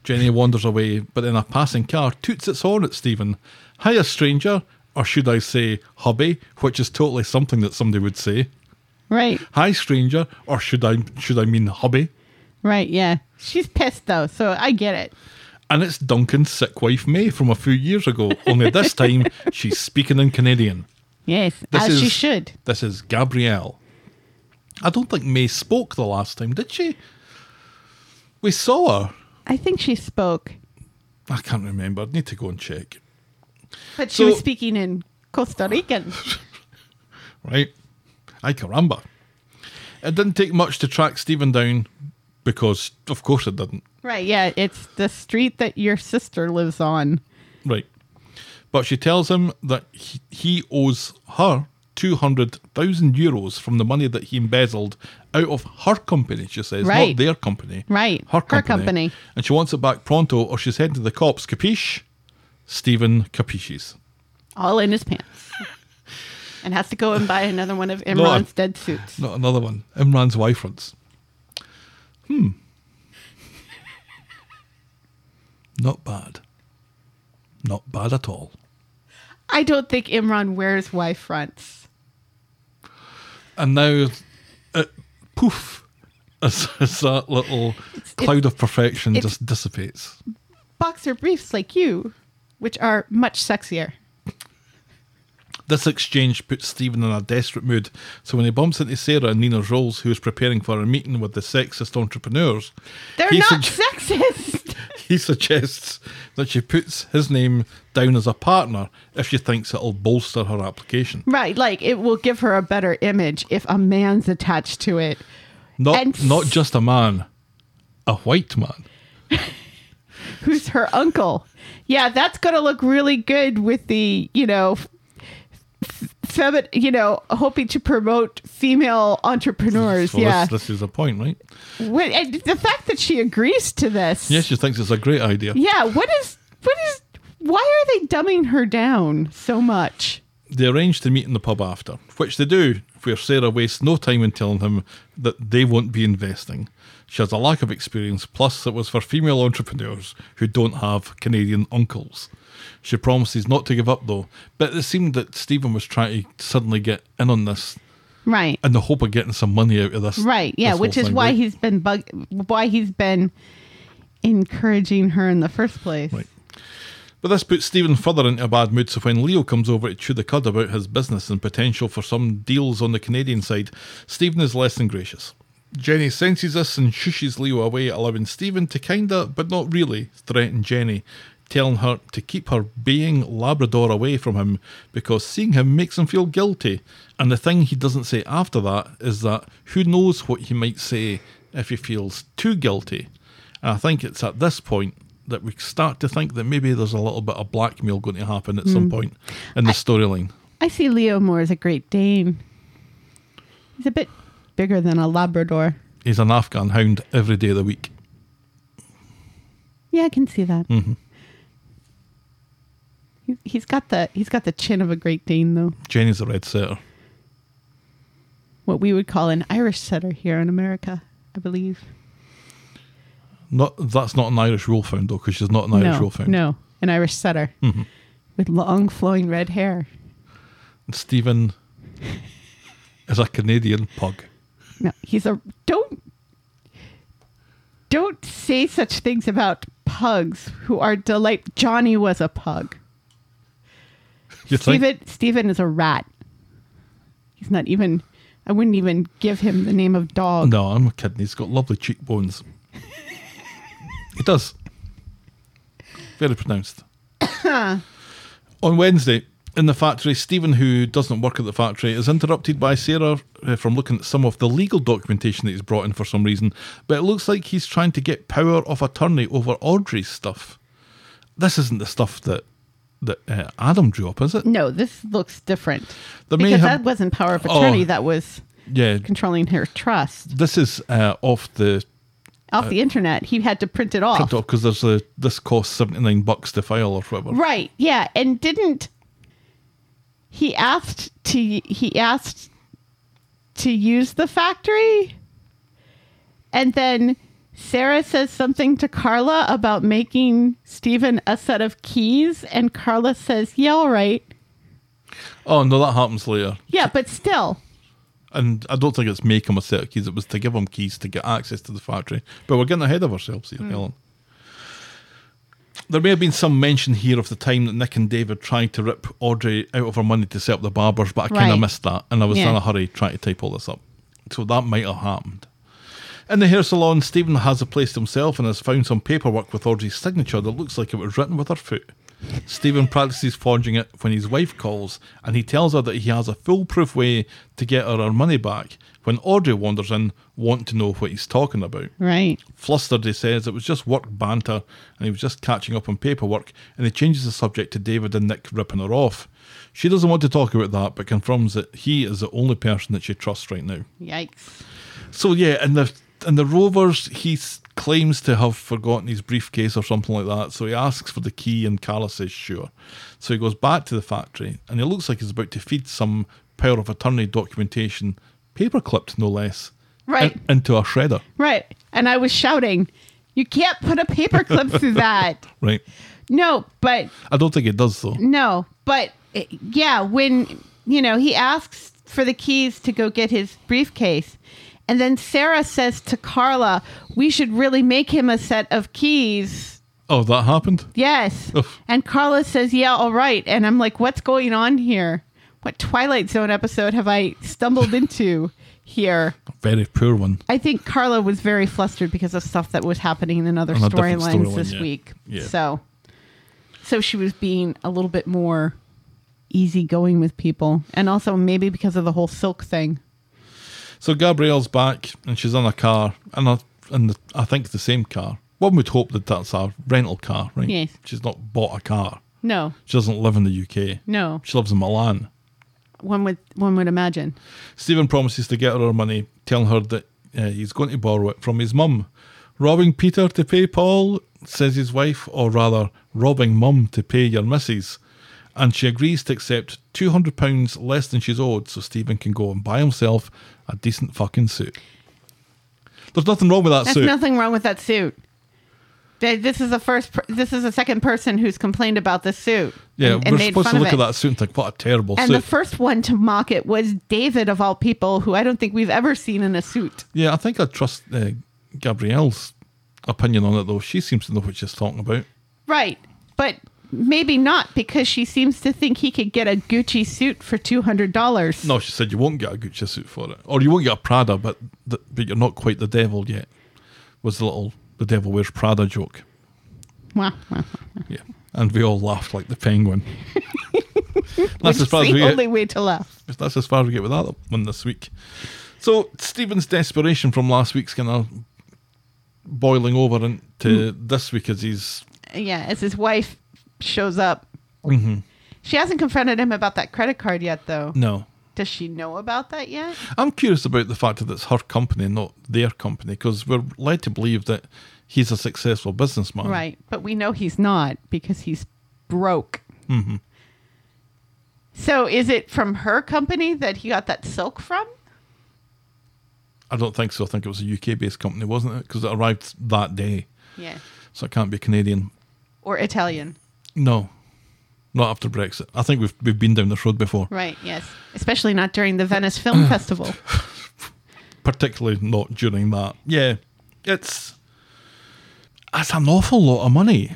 Jenny wanders away, but then a passing car toots its horn at Stephen. Hiya, stranger, or should I say, hubby, which is totally something that somebody would say. Right, Hi, stranger, or should I should I mean hubby? right, yeah. She's pissed though, so I get it. And it's Duncan's sick wife May from a few years ago. Only this time she's speaking in Canadian. Yes, This as she is- should. This is Gabrielle. I don't think May spoke the last time, did she? We saw her. I think she spoke, I can't remember. I need to go and check. but she So- was speaking in Costa Rican. right? Ay caramba. It didn't take much to track Stephen down because, of course, it didn't. right, yeah. It's the street that your sister lives on. Right. But she tells him that he, he owes her 200,000 euros from the money that he embezzled out of her company, she says, Right. not their company. Right. Her Her company. company. And she wants it back pronto or she's heading to the cops. Capiche? Stephen capiches. all in his pants and has to go and buy another one of Imran's dead suits. Not another one. Imran's wife runs. Hmm. Not bad. Not bad at all. I don't think Imran wears Y fronts. And now, uh, poof, as, as that little cloud of perfection it's- just dissipates. Boxer briefs like you, which are much sexier. This exchange puts Stephen in a desperate mood, so when he bumps into Sarah and Nina Rolls, who is preparing for a meeting with the sexist entrepreneurs, They're he sug- not sexist. he suggests that she puts his name down as a partner if she thinks it'll bolster her application. right, like it will give her a better image if a man's attached to it. Not And s- not just a man, a white man. Who's her uncle? Yeah, that's going to look really good with the, you know, f- f- femi- you know, hoping to promote female entrepreneurs. So yeah. this, this is a point, right? Wait, and the fact that she agrees to this. Yes, she thinks it's a great idea. Yeah. What is? What is? Why are they dumbing her down so much? They arrange to meet in the pub after, which they do, where Sarah wastes no time in telling him that they won't be investing. She has a lack of experience, plus it was for female entrepreneurs who don't have Canadian uncles. She promises not to give up though, but it seemed that Stephen was trying to suddenly get in on this Right. in the hope of getting some money out of this. Right. Yeah. this Which whole is thing, why right? he's been bug. Why he's been encouraging her in the first place. Right. But this puts Stephen further into a bad mood, so when Leo comes over to chew the cud about his business and potential for some deals on the Canadian side, Stephen is less than gracious. Jenny senses this and shushes Leo away, allowing Stephen to kinda, but not really, threaten Jenny, telling her to keep her baying Labrador away from him because seeing him makes him feel guilty. And the thing he doesn't say after that is that who knows what he might say if he feels too guilty. And I think it's at this point that we start to think that maybe there's a little bit of blackmail going to happen at Hmm. some point in the storyline. I see Leo more as a Great Dane. He's a bit bigger than a Labrador. He's an Afghan hound every day of the week. Yeah, I can see that. Mm-hmm. He- He's got the he's got the chin of a Great Dane though. Jenny's a red setter. What we would call an Irish setter here in America, I believe. Not that's not an Irish wolfhound though, because she's not an Irish Mm-hmm. no, wolfhound. No, an Irish setter with long flowing red hair. And Stephen is a Canadian pug. No, he's a don't don't say such things about pugs who are delight. Johnny was a pug. You think? Stephen Stephen is a rat. He's not even. I wouldn't even give him the name of dog. Oh, No, I'm kidding. He's got lovely cheekbones. he does. Very pronounced. On Wednesday, in the factory, Stephen, who doesn't work at the factory, is interrupted by Sarah uh, from looking at some of the legal documentation that he's brought in for some reason. But it looks like he's trying to get power of attorney over Audrey's stuff. This isn't the stuff that that uh, Adam drew up, is it? No, this looks different. There may Mm, because have- that wasn't power of attorney. Oh. That was Yeah. controlling her trust This is uh, off the off the internet. He had to print it off. Uh, print off because there's a this costs seventy nine bucks to file or whatever. Right. Yeah, and didn't he asked to he asked to use the factory? And then Sarah says something to Carla about making Stephen a set of keys and Carla says, "Yeah, all right." Oh no, that happens later, Yeah, but still. and I don't think it's make him a set of keys. It was to give him keys to get access to the factory. But we're getting ahead of ourselves here, Helen. There may have been some mention here of the time that Nick and David tried to rip Audrey out of her money to set up the barbers, but I kind of Right. missed that, and I was Yeah. in a hurry trying to type all this up. So that might have happened. In the hair salon, Stephen has a place to himself and has found some paperwork with Audrey's signature that looks like it was written with her foot. Stephen practices forging it when his wife calls, and he tells her that he has a foolproof way to get her her money back. When Audrey wanders in, want to know what he's talking about. Right. Flustered, he says it was just work banter and he was just catching up on paperwork, and he changes the subject to David and Nick ripping her off. She doesn't want to talk about that, but confirms that he is the only person that she trusts right now. Yikes. So yeah, and the and the Rovers, he s- claims to have forgotten his briefcase or something like that. So he asks for the key, and Carla says sure. So he goes back to the factory, and it looks like he's about to feed some power of attorney documentation, paper clipped no less, Right. in- into a shredder. Right. And I was shouting, "You can't put a paperclip through that." Right. No, but I don't think it does though. No, but uh, yeah, when you know he asks for the keys to go get his briefcase, and then Sarah says to Carla, "We should really make him a set of keys." Oh, that happened. Yes, Oof. and Carla says, "Yeah, all right." And I'm like, "What's going on here? What Twilight Zone episode have I stumbled into here?" Very poor one. I think Carla was very flustered because of stuff that was happening in other On a different storylines storyline, this yeah. week. Yeah. So, so she was being a little bit more easygoing with people, and also maybe because of the whole silk thing. So Gabrielle's back, and she's in a car, and a, and the, I think the same car. One would hope that that's a rental car, right? Yes. She's not bought a car. No, She doesn't live in the UK. no, She lives in Milan. one would one would imagine. Stephen promises to get her her money, telling her that uh, he's going to borrow it from his mum. Robbing Peter to pay Paul, says his wife, or rather, robbing mum to pay your missus. And she agrees to accept £200 less than she's owed so Stephen can go and buy himself a decent fucking suit. There's nothing wrong with that That's suit. nothing wrong with that suit. Th- This is the first. Per- this is the second person who's complained about this suit. yeah, and, and we're made supposed fun to of look at it. that suit and think, what a terrible And suit. the first one to mock it was David, of all people, who I don't think we've ever seen in a suit. Yeah, I think I trust uh, Gabrielle's opinion on it, though. She seems to know what she's talking about. Right. But maybe not because she seems to think he could get a Gucci suit for $200. No, she said you won't get a Gucci suit for it, or you won't get a Prada, but th- but you're not quite the devil yet. Was the little the devil wears Prada joke? Wow. wow. Yeah, and we all laughed like the penguin. Which that's as is the far as we only get. way to laugh. That's as far as we get with that one this week. So Stephen's desperation from last week's kind of boiling over into Hmm. this week as he's Yeah, as his wife shows up. She hasn't confronted him about that credit card yet, though. Mm-hmm. no. Does she know about that yet? I'm curious about the fact that it's her company, not their company, because we're led to believe that he's a successful businessman. Right. But we know he's not because he's broke. Mm-hmm. So is it from her company that he got that silk from? I don't think so. I think it was a UK based company, wasn't it? Because it arrived that day. Yeah. So it can't be Canadian. Or Italian. No, not after Brexit. I think we've, we've been down this road before, Right, yes. Especially not during the Venice Film Festival. particularly not during that. Yeah, it's. That's an awful lot of money.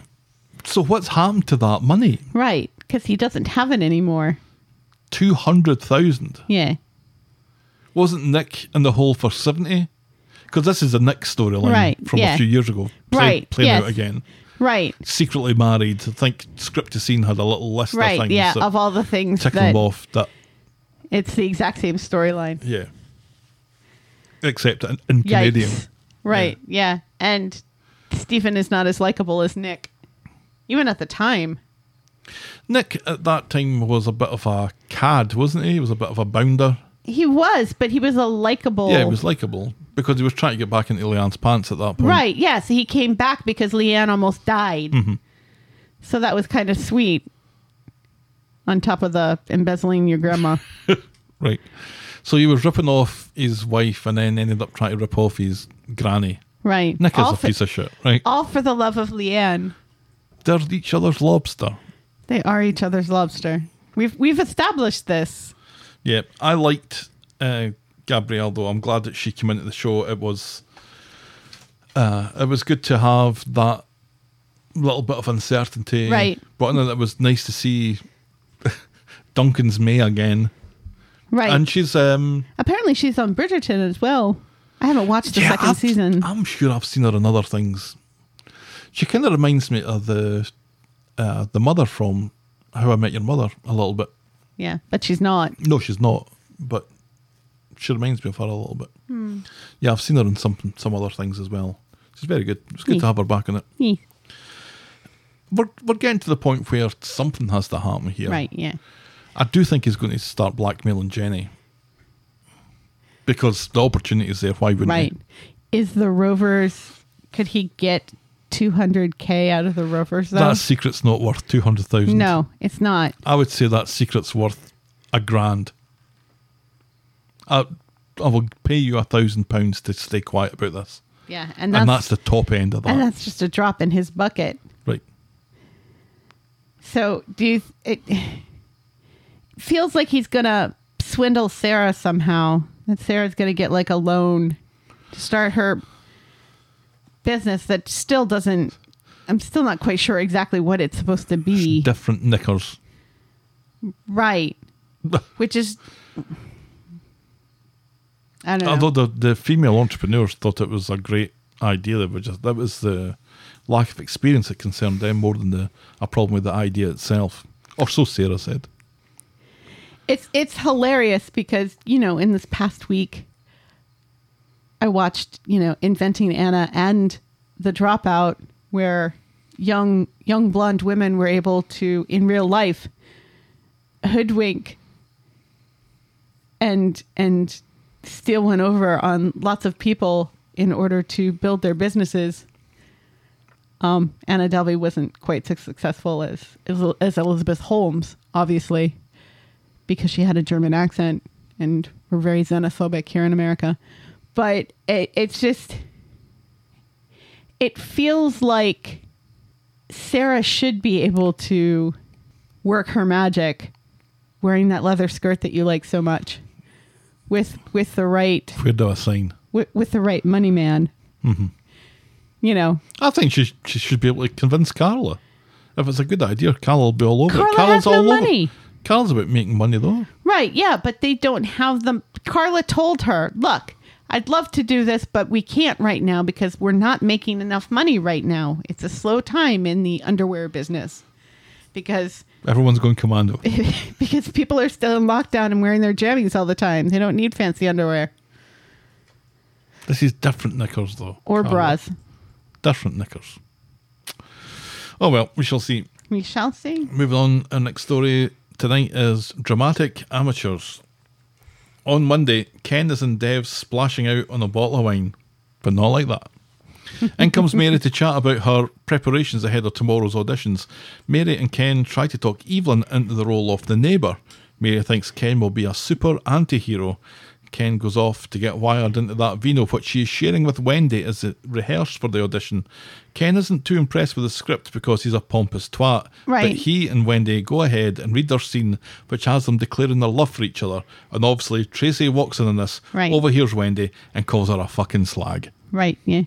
So what's happened to that money? Right. because he doesn't have it anymore. 200,000. Yeah. Wasn't Nick in the hole for 70? Because this is a Nick storyline Right, from yeah. a few years ago. Play- Right, Playing yes. out again. Right. Secretly married. I think Script to Scene had a little list of Right. things. Yeah. that Of all the things tick that them off. That, it's the exact same storyline. yeah. Except in, in Yikes. Canadian. Right. Yeah. And Stephen is not as likable as Nick, even at the time. Nick at that time was a bit of a cad, wasn't he? He was a bit of a bounder. He was, but he was a likable. Yeah, he was likable because he was trying to get back into Leanne's pants at that point. Right. Yeah. So he came back because Leanne almost died. Mm-hmm. So that was kind of sweet. On top of the embezzling your grandma. Right. So he was ripping off his wife and then ended up trying to rip off his granny. Right. Nick is all a for, piece of shit, right? all for the love of Leanne. They're each other's lobster. They are each other's lobster. We've we've established this. Yeah, I liked uh, Gabrielle though. I'm glad that she came into the show. It was, uh, it was good to have that little bit of uncertainty. Right. But in it, it was nice to see Duncan's May again, Right. and she's um. Apparently she's on Bridgerton as well. I haven't watched the 2nd I've- season. I'm sure I've seen her in other things. She kind of reminds me of the uh, the mother from How I Met Your Mother a little bit. yeah, but she's not. No, she's not, but she reminds me of her a little bit. Hmm. Yeah, I've seen her in some some other things as well. She's very good. It's good Yeah. to have her back in it. Eh, We're we're getting to the point where something has to happen here. Right, yeah. I do think he's going to start blackmailing Jenny because the opportunity is there. Why wouldn't Right. he? Is the Rovers could he get 200k out of the Rovers though? That secret's not worth two hundred thousand. no, it's not. I would say that secret's worth a grand. I, I will pay you a thousand pounds to stay quiet about this, Yeah, and that's and that's the top end of that. and that's just a drop in his bucket. right. So do you? Th- it feels like he's gonna swindle Sarah somehow. That Sarah's gonna get like a loan to start her business. That still doesn't. I'm still not quite sure exactly what it's supposed to be. Different knickers. right. Which is. I don't know. Although the, the female entrepreneurs thought it was a great idea, they were just that was the lack of experience that concerned them more than the a problem with the idea itself. Or so Sarah said. It's it's hilarious because you know in this past week, I watched you know Inventing Anna and The Dropout, where young young blonde women were able to in real life hoodwink and and steal one over on lots of people in order to build their businesses. Um, Anna Delvey wasn't quite so successful as as, as Elizabeth Holmes, obviously because she had a German accent and we're very xenophobic here in America. But it, it's just, it feels like Sarah should be able to work her magic wearing that leather skirt that you like so much with with the right Where do I sign? with, with the right money man you know I think she she should be able to convince Carla. If it's a good idea, Carla will be all over Carla it. Carla's has no all over. money. Carla's about making money though. Right, yeah, but they don't have them. Carla told her, look, I'd love to do this, but we can't right now because we're not making enough money right now. It's a slow time in the underwear business because Everyone's going commando. because people are still in lockdown and wearing their jammies all the time. They don't need fancy underwear this is different knickers though. or Carla. bras. Different knickers. Oh well, we shall see. We shall see. Moving on, our next story tonight is Dramatic Amateurs. On Monday, Ken is in Dev's splashing out on a bottle of wine, but not like that. In comes Mary to chat about her preparations ahead of tomorrow's auditions. Mary and Ken try to talk Evelyn into the role of the neighbour. Mary thinks Ken will be a super anti hero. Ken goes off to get wired into that vino, which she is sharing with Wendy as they rehearse for the audition. Ken isn't too impressed with the script because he's a pompous twat, Right. but he and Wendy go ahead and read their scene, which has them declaring their love for each other. And obviously, Tracy walks in on this, Right. overhears Wendy, and calls her a fucking slag. Right, yeah.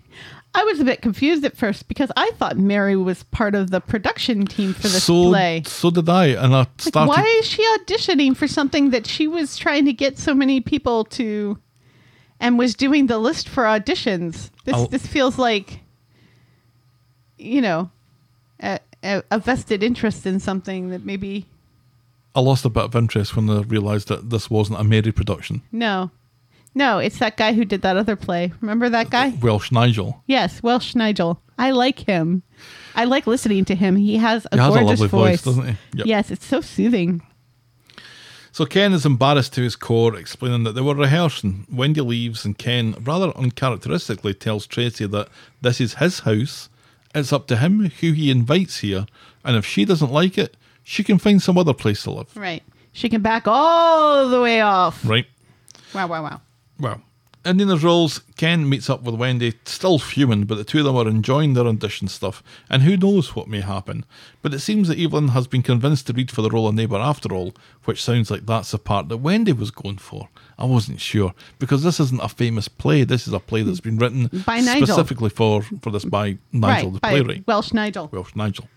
I was a bit confused at first because I thought Mary was part of the production team for this so play. so did I, and I Like, started. why is she auditioning for something that she was trying to get so many people to, and was doing the list for auditions? This I'll- this feels like, you know, a, a, a vested interest in something that maybe I lost a bit of interest when I realised that this wasn't a Mary production. no, no. It's that guy who did that other play. Remember that guy? Welsh Nigel. Yes, Welsh Nigel. I like him. I like listening to him. He has a He has a gorgeous lovely voice, voice. doesn't he? Yep. Yes, it's so soothing. So Ken is embarrassed to his core, explaining that they were rehearsing. Wendy leaves, and Ken, rather uncharacteristically, tells Tracy that this is his house. It's up to him who he invites here, and if she doesn't like it, she can find some other place to live. Right. She can back all the way off. Right? Wow, wow, wow. Well, in Nina's roles, Ken meets up with Wendy, still fuming, but the two of them are enjoying their audition stuff, and who knows what may happen. But it seems that Evelyn has been convinced to read for the role of neighbour after all, which sounds like that's the part that Wendy was going for. I wasn't sure, because this isn't a famous play, this is a play that's been written By Nigel. specifically for, for this by Nigel, the right. by playwright. Welsh Nigel Welsh Nigel.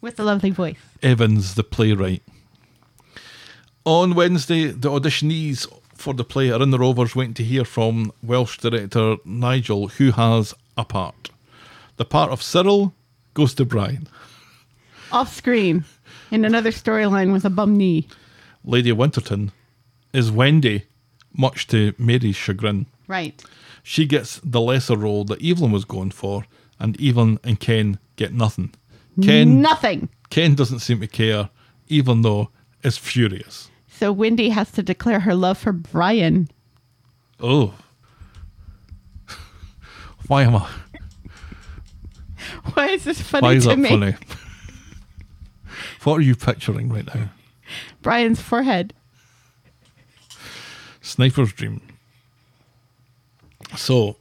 with a lovely voice. Evans, the playwright. On Wednesday, the auditionees for the play are in the Rovers waiting to hear from Welsh director Nigel, who has a part. The part of Cyril goes to Brian. Off screen in another storyline with a bum knee. Lady Winterton is Wendy, much to Mary's chagrin. Right. She gets the lesser role that Evelyn was going for, and Evelyn and Ken get nothing. Ken Nothing. Ken doesn't seem to care, even though is furious. So Wendy has to declare her love for Brian. Oh. Why am I? Why is this funny Why is to that me? funny? what are you picturing right now? Brian's forehead. Sniper's dream. So,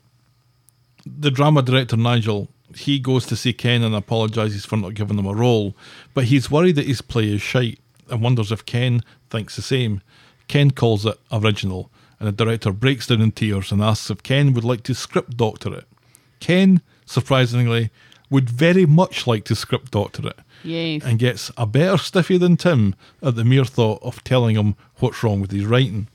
the drama director Nigel, he goes to see Ken and apologises for not giving him a role, but he's worried that his play is shite and wonders if Ken thinks the same. Ken calls it original, and the director breaks down in tears and asks if Ken would like to script doctor it. Ken, surprisingly, would very much like to script doctor it. Yay. And gets a better stiffy than Tim at the mere thought of telling him what's wrong with his writing.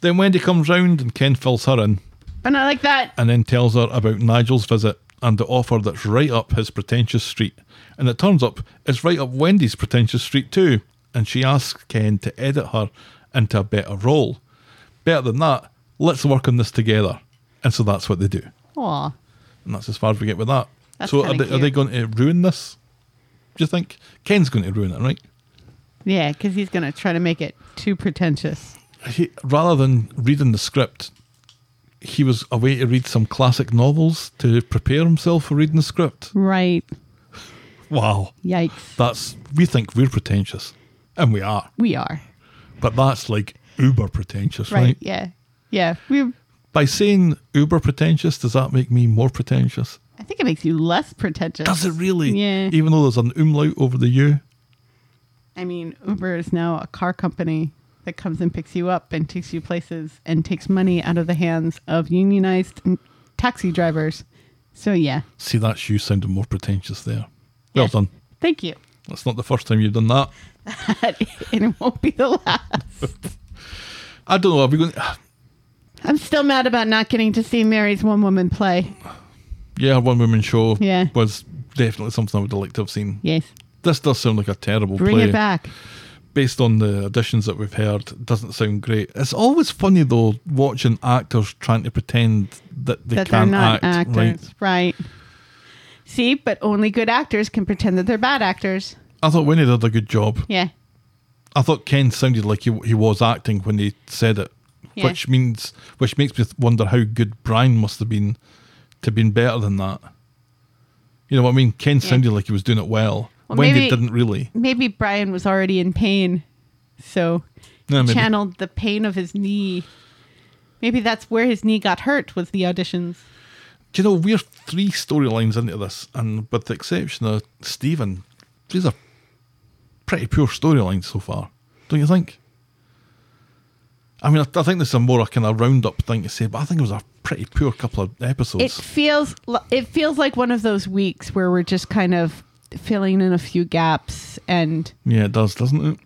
Then Wendy comes round and Ken fills her in But not like that. and then tells her about Nigel's visit and the offer that's right up his pretentious street. And it turns up it's right up Wendy's pretentious street too. And she asks Ken to edit her into a better role. Better than that, let's work on this together. And so that's what they do. Aw. And that's as far as we get with that. That's so are kinda they, are they going to ruin this? Do you think? Ken's going to ruin it, right? Yeah, because he's going to try to make it too pretentious. he, rather than reading the script, he was away to read some classic novels to prepare himself for reading the script. Right. Wow, Yikes. that's we think we're pretentious, and we are, We are. but that's like uber pretentious, right? right. Yeah. Yeah. We By saying uber pretentious, does that make me more pretentious? I think it makes you less pretentious. Does it really? Yeah. Even though there's an umlaut over the U. I mean, Uber is now a car company that comes and picks you up and takes you places and takes money out of the hands of unionized n- taxi drivers. So yeah, See, that's you sounding more pretentious there. Well done. thank you. That's not the first time you've done that. and it won't be the last. I don't know. Are we going? I'm still mad about not getting to see Mary's one woman play. Yeah, one woman show Yeah. was definitely something I would have liked to have seen. Yes. This does sound like a terrible Bring play. it back. Based on the additions that we've heard, it doesn't sound great. It's always funny though watching actors trying to pretend that they that they're can't not act. Right? actors. Right. See, but only good actors can pretend that they're bad actors. I thought Winnie did a good job. Yeah. I thought Ken sounded like he he was acting when he said it, Yeah. which means which makes me wonder how good Brian must have been to have been better than that. You know what I mean? Ken sounded like he was doing it well. Well, Wendy maybe- didn't really. Maybe Brian was already in pain. So No, maybe. channeled the pain of his knee. Maybe that's where his knee got hurt was the auditions. Do you know we're three storylines into this, and with the exception of Stephen, these are pretty poor storylines so far, don't you think? I mean, I, I think there's a more kind of roundup thing to say, but I think it was a pretty poor couple of It episodes. feels l- it feels like one of those weeks where we're just kind of filling in a few gaps and yeah, it does, doesn't it?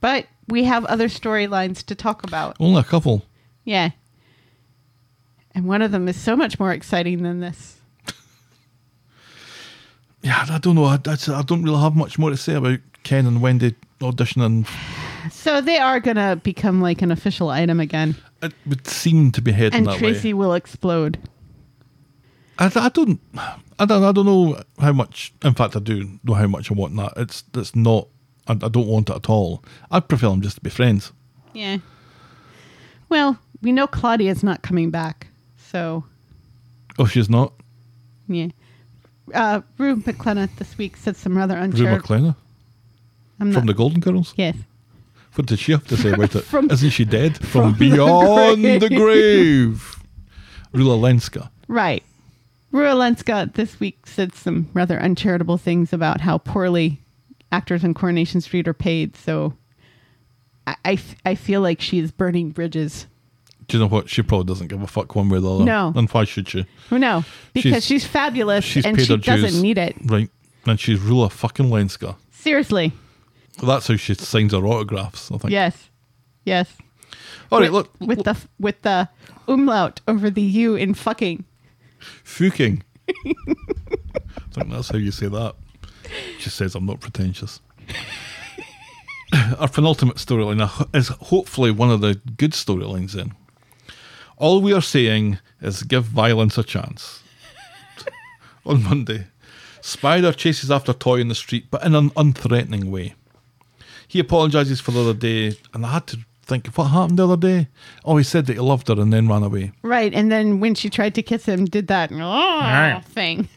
but we have other storylines to talk about. Only a couple. Yeah. And one of them is so much more exciting than this. Yeah, I don't know. I, that's- I don't really have much more to say about Ken and Wendy auditioning. So they are going to become like an official item again. It would seem to be heading And that Tracy way. will explode. I, I don't. I don't. I don't know how much. In fact, I do know how much I want that. It's. It's not. I, I don't want it at all. I'd prefer them just to be friends. Yeah. Well, we know Claudia's not coming back. So, Oh, she's not. yeah. Uh, Rue McClenna this week said some rather Rue uncharacteristic. McClena I'm from the Golden Girls. Yes. What did she have to say about it? From- not she dead? From, from the beyond the grave. grave. Rula Lenska. Right. Ruolenska this week said some rather uncharitable things about how poorly actors on Coronation Street are paid. So I, I f- I feel like she is burning bridges. Do you know what? She probably doesn't give a fuck one way or the other. No. And why should she? Oh, no, because She's- she's, fabulous She's and paid she her doesn't dues. need it. Right. And she's Rula fucking Lenska. Seriously. That's how she signs her autographs, I think. Yes. Yes. All right, With- look. with the f- with the umlaut over the U in fucking. Fuking. I think that's how you say that. She says, I'm not pretentious. Our penultimate storyline ho- is hopefully one of the good storylines then. All we are saying is give violence a chance. On Monday, Spider chases after Toy in the street, but in an unthreatening way. He apologises for the other day, and I had to think, what happened the other day? Oh, he said that he loved her and then ran away. Right, and then when she tried to kiss him, did that "Oh," thing.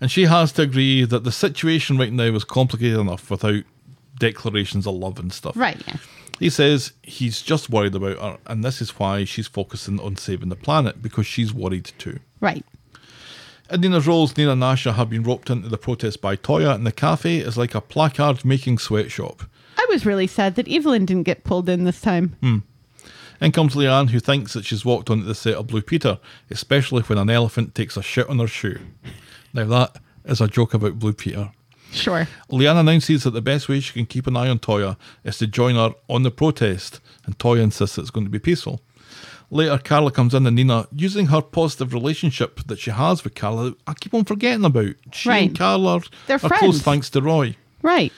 And she has to agree that the situation right now is complicated enough without declarations of love and stuff. Right, yeah. He says he's just worried about her, and this is why she's focusing on saving the planet because she's worried too. Right. In Nina's roles, Nina and Asha have been roped into the protest by Toya, and the cafe is like a placard making sweatshop. I was really sad that Evelyn didn't get pulled in this time. Hmm. In comes Leanne, who thinks that she's walked onto the set of Blue Peter, especially when an elephant takes a shit on her shoe. Now, that is a joke about Blue Peter. Sure. Leanne announces that the best way she can keep an eye on Toya is to join her on the protest, and Toya insists it's going to be peaceful. Later, Carla comes in and Nina, using her positive relationship that she has with Carla, I keep on forgetting about. She Right. and Carla are, They're are close friends. thanks to Roy. Right.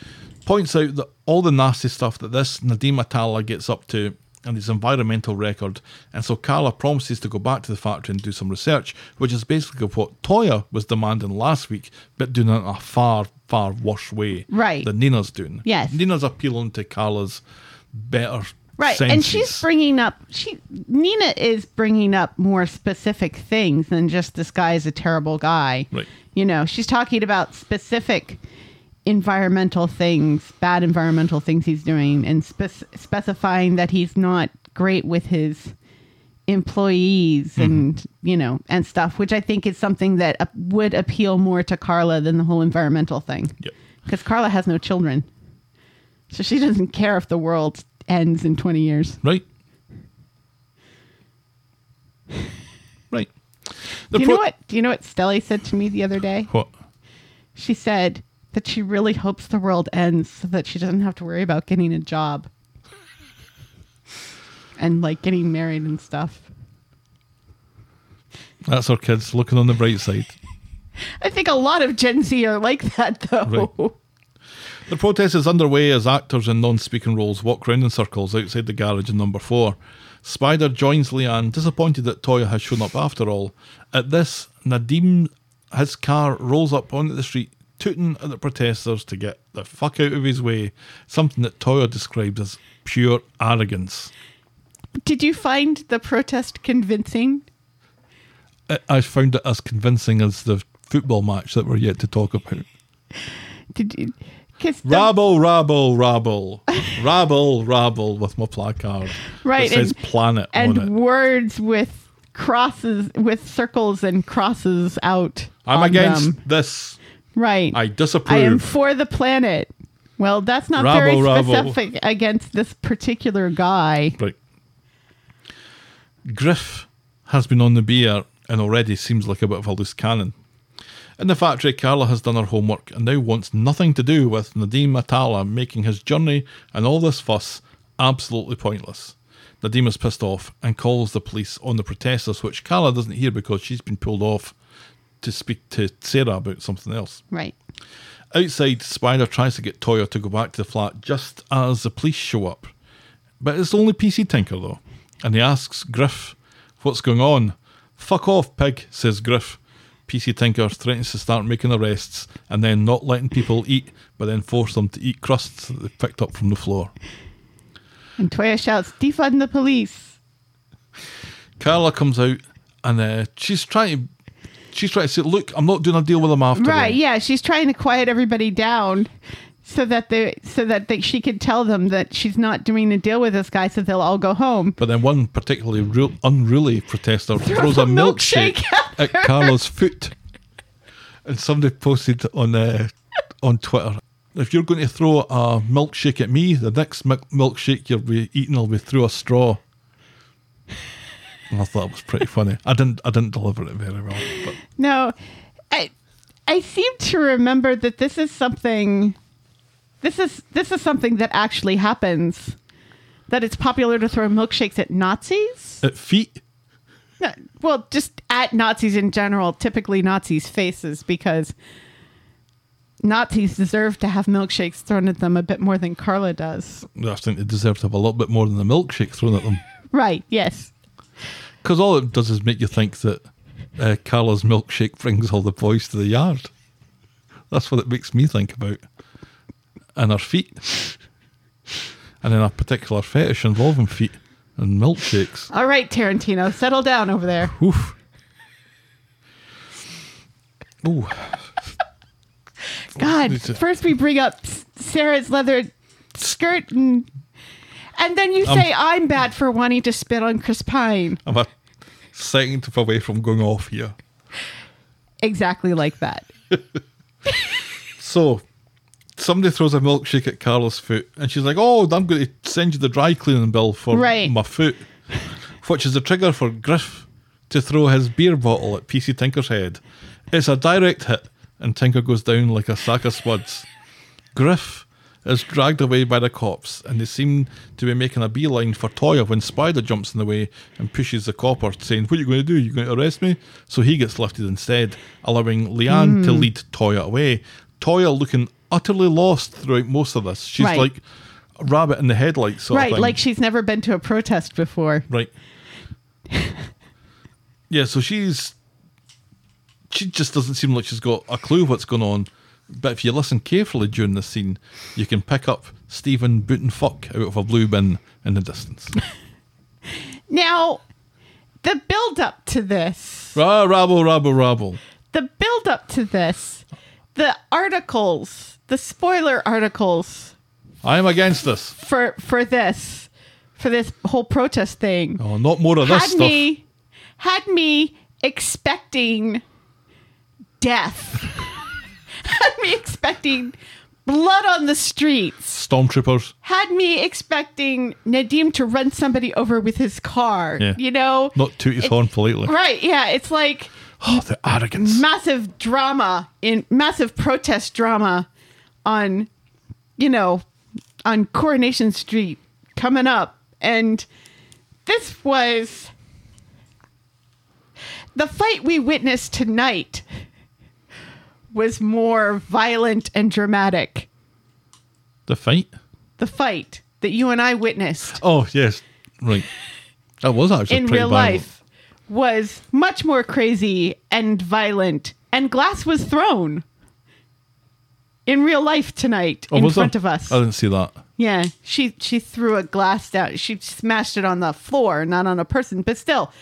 Points out that all the nasty stuff that this Nadim Atala gets up to and his environmental record, and so Carla promises to go back to the factory and do some research, which is basically what Toya was demanding last week, but doing it in a far, far worse way Right. than Nina's doing. Yes. Nina's appealing to Carla's better Right. And she's senses. bringing up she Nina is bringing up more specific things than just this guy is a terrible guy. Right. You know, she's talking about specific environmental things, bad environmental things he's doing and spec- specifying that he's not great with his employees and Mm-hmm. you know and stuff which i think is something that uh, would appeal more to carla than the whole environmental thing Yep. because Carla has no children, so she doesn't care if the world ends in twenty years. Right. Right. The Do you pro- know what? Do you know what Steli said to me the other day? What? She said that she really hopes the world ends so that she doesn't have to worry about getting a job and like getting married and stuff. That's our kids looking on the bright side. I think a lot of Gen Z are like that though. Right. The protest is underway as actors in non speaking roles walk round in circles outside the garage in number four. Spider joins Leanne, disappointed that Toya has shown up after all. At this, Nadim, his car rolls up onto the street, tooting at the protesters to get the fuck out of his way, something that Toya describes as pure arrogance. Did you find the protest convincing? I- I found it as convincing as the football match that we're yet to talk about. Did you? Cause the- Rabble, rabble, rabble, rabble, rabble with my placard. that Right, says and- planet and on it. words with crosses with circles and crosses out I'm on against them. this. right I disapprove. I am for the planet well that's not Rabble, very rabble. specific against this particular guy right. Griff has been on the beer and already seems like a bit of a loose cannon. In the factory, Carla has done her homework and now wants nothing to do with Nadim Atala making his journey and all this fuss absolutely pointless. Nadim is pissed off and calls the police on the protesters, which Carla doesn't hear because she's been pulled off to speak to Sarah about something else. Right. Outside, Spider tries to get Toya to go back to the flat just as the police show up. But it's only PC Tinker, though, and he asks Griff, What's going on? Fuck off, pig, says Griff. PC Tinker threatens to start making arrests and then not letting people eat, but then force them to eat crusts that they picked up from the floor. And Toya shouts, defund the police. Carla comes out and uh, she's trying to. She's trying to say, "Look, I'm not doing a deal with them after Right. all." Yeah. She's trying to quiet everybody down so that they so that they, she could tell them that she's not doing a deal with this guy, so they'll all go home. But then one particularly ru- unruly protester throws a a milkshake milkshake at Carla's foot. And somebody posted on uh, on Twitter, if you're going to throw a milkshake at me, the next mi- milkshake you'll be eating will be through a straw. And I thought it was pretty funny. I didn't I didn't deliver it very well, but No, I I seem to remember that this is something. This is this is something that actually happens. That it's popular to throw milkshakes at Nazis. at feet, No, well, just at Nazis in general, typically Nazis' faces, because Nazis deserve to have milkshakes thrown at them a bit more than Carla does. I think they deserve to have a little bit more than the milkshake thrown at them. Right, yes. Because all it does is make you think that uh, Carla's milkshake brings all the boys to the yard. That's what it makes me think about. And her feet. And then a particular fetish involving feet and milkshakes. All right, Tarantino, settle down over there. Oof. Ooh. God, It's a- first we bring up S- Sarah's leather skirt and. And then Um, you say, I'm bad for wanting to spit on Chris Pine. I'm a second away from going off here. Exactly like that. So somebody throws a milkshake at Carla's foot, and she's like, "Oh, I'm going to send you the dry cleaning bill for Right. my foot," which is the trigger for Griff to throw his beer bottle at PC Tinker's head. It's a direct hit, and Tinker goes down like a sack of spuds. Griff is dragged away by the cops, and they seem to be making a beeline for Toya when Spider jumps in the way and pushes the copper, saying, What are you going to do? you going to arrest me? So he gets lifted instead, allowing Leanne Hmm. to lead Toya away. Toya looking utterly lost throughout most of this. She's Right. like a rabbit in the headlights, sort of right, thing. like she's never been to a protest before. Right. yeah, so she's she just doesn't seem like she's got a clue what's going on. But if you listen carefully during this scene, you can pick up Stephen booting fuck out of a blue bin in the distance. Now, the build up to this. Ra rabble rabble rabble. the build up to this, the articles, the spoiler articles I am against this. for for this, for this whole protest thing, Oh, not more of this had stuff. me had me expecting death, had me expecting blood on the streets, Stormtroopers. had me expecting Nadim to run somebody over with his car. Yeah. You know, Not toot his It- horn politely. right? Yeah, it's like Oh, the arrogance. massive drama in massive protest drama on you know on coronation street coming up and this was the fight we witnessed tonight was more violent and dramatic the fight. the fight that you and i witnessed Oh yes. Right. That was actually in pretty real violent. life was much more crazy and violent, and glass was thrown in real life tonight Oh, in was there? front of us. I didn't see that. yeah, she she threw a glass down. She smashed it on the floor, not on a person, but still,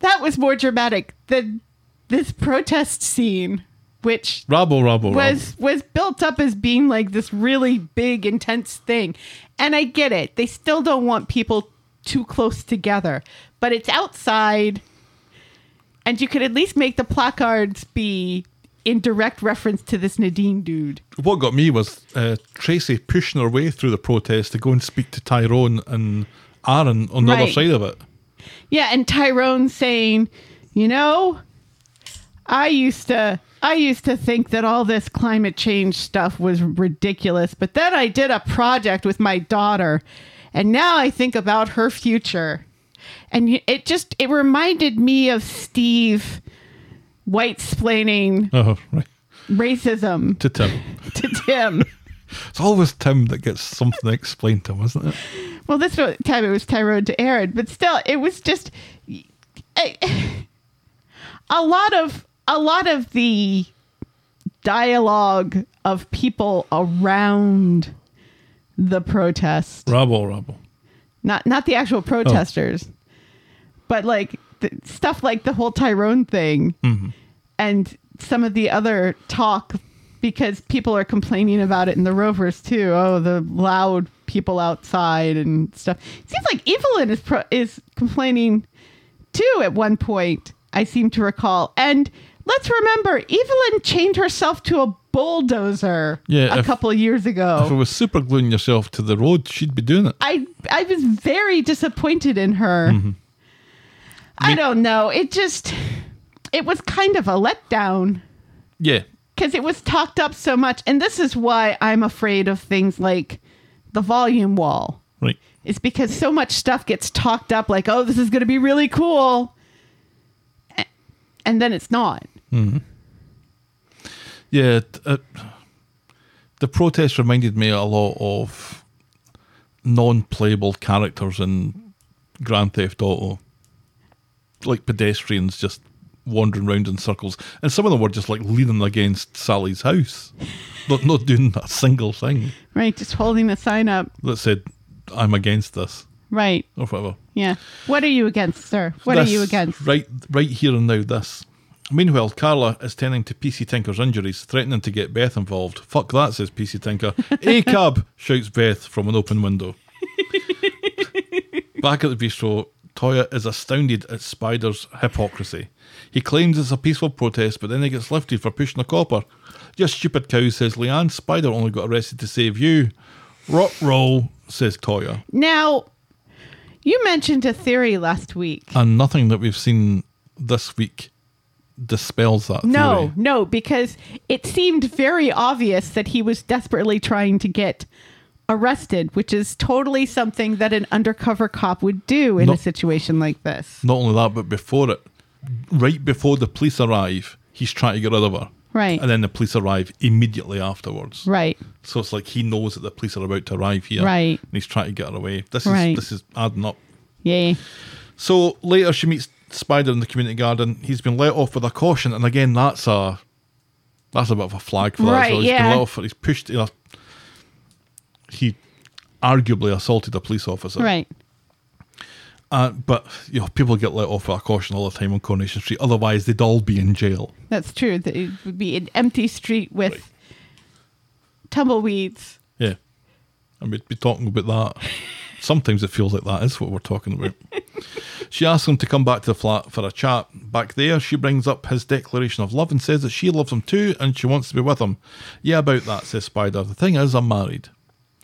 that was more dramatic than this protest scene, which Rabble rabble rabble. was was built up as being like this really big intense thing and i get it they still don't want people too close together but it's outside and you could at least make the placards be in direct reference to this nadine dude what got me was uh, Tracy pushing her way through the protest to go and speak to Tyrone and Aaron on the other Right. side of it. Yeah, and Tyrone saying, you know, I used to I used to think that all this climate change stuff was ridiculous, but then I did a project with my daughter, and now I think about her future. And y- it just it reminded me of Steve white splaining Oh, right. racism To Tim. to Tim. It's always Tim that gets something explained to him, isn't it? Well, this wa- time it was Tyrone to Aaron, but still, it was just I- a lot of a lot of the dialogue of people around the protest, Rabble, rabble. not not the actual protesters, but like th- stuff like the whole Tyrone thing and some of the other talk because people are complaining about it in the Rovers too. Oh, the loud people outside and stuff. It seems like Evelyn is pro- is complaining too at one point. I seem to recall. And let's remember, Evelyn chained herself to a bulldozer Yeah, a if- couple years ago. If it was super gluing yourself to the road, she'd be doing it. I I was very disappointed in her. I don't know. It just it was kind of a letdown Yeah. because it was talked up so much, and this is why I'm afraid of things like the volume wall. Right. It's because so much stuff gets talked up, like oh, this is going to be really cool, A- and then it's not. Yeah, t- uh, the protest reminded me a lot of non-playable characters in Grand Theft Auto, like pedestrians just wandering round in circles, and some of them were just like leaning against Sally's house, not not doing a single thing Right, just holding the sign up. that said, "I'm against this" Right. or whatever. Yeah. What are you against, sir? What are you This, against? Right, right here and now. This. Meanwhile, Carla is tending to PC Tinker's injuries, threatening to get Beth involved. Fuck that, says PC Tinker. A cab shouts Beth from an open window. Back at the bistro, Toya is astounded at Spider's hypocrisy. He claims it's a peaceful protest, but then he gets lifted for pushing a copper. Just stupid cow, says Leanne. Spider only got arrested to save you. Rock roll, says Toya. Now, you mentioned a theory last week. and nothing that we've seen this week dispels that No, theory. no, because it seemed very obvious that he was desperately trying to get arrested, which is totally something that an undercover cop would do in No. a situation like this. Not only that, but before it, right before the police arrive, he's trying to get rid of her. Right. And then the police arrive immediately afterwards. Right. So it's like he knows that the police are about to arrive here. Right. And he's trying to get her away. This Right. is this is adding up. Yeah. So later she meets Spider in the community garden. He's been let off with a caution, and again that's a that's a bit of a flag for that. Right, so he's yeah. been let off. He's pushed. You know, he arguably assaulted a police officer. Right. Uh, but you know, people get let off with a caution all the time on Coronation Street. Otherwise, they'd all be in jail. That's true. That It would be an empty street with Right. tumbleweeds. Yeah, and we'd be talking about that. Sometimes it feels like that is what we're talking about. she asks him to come back to the flat for a chat. Back there, she brings up his declaration of love and says that she loves him too and she wants to be with him. Yeah, about that, says Spider. The thing is, I'm married.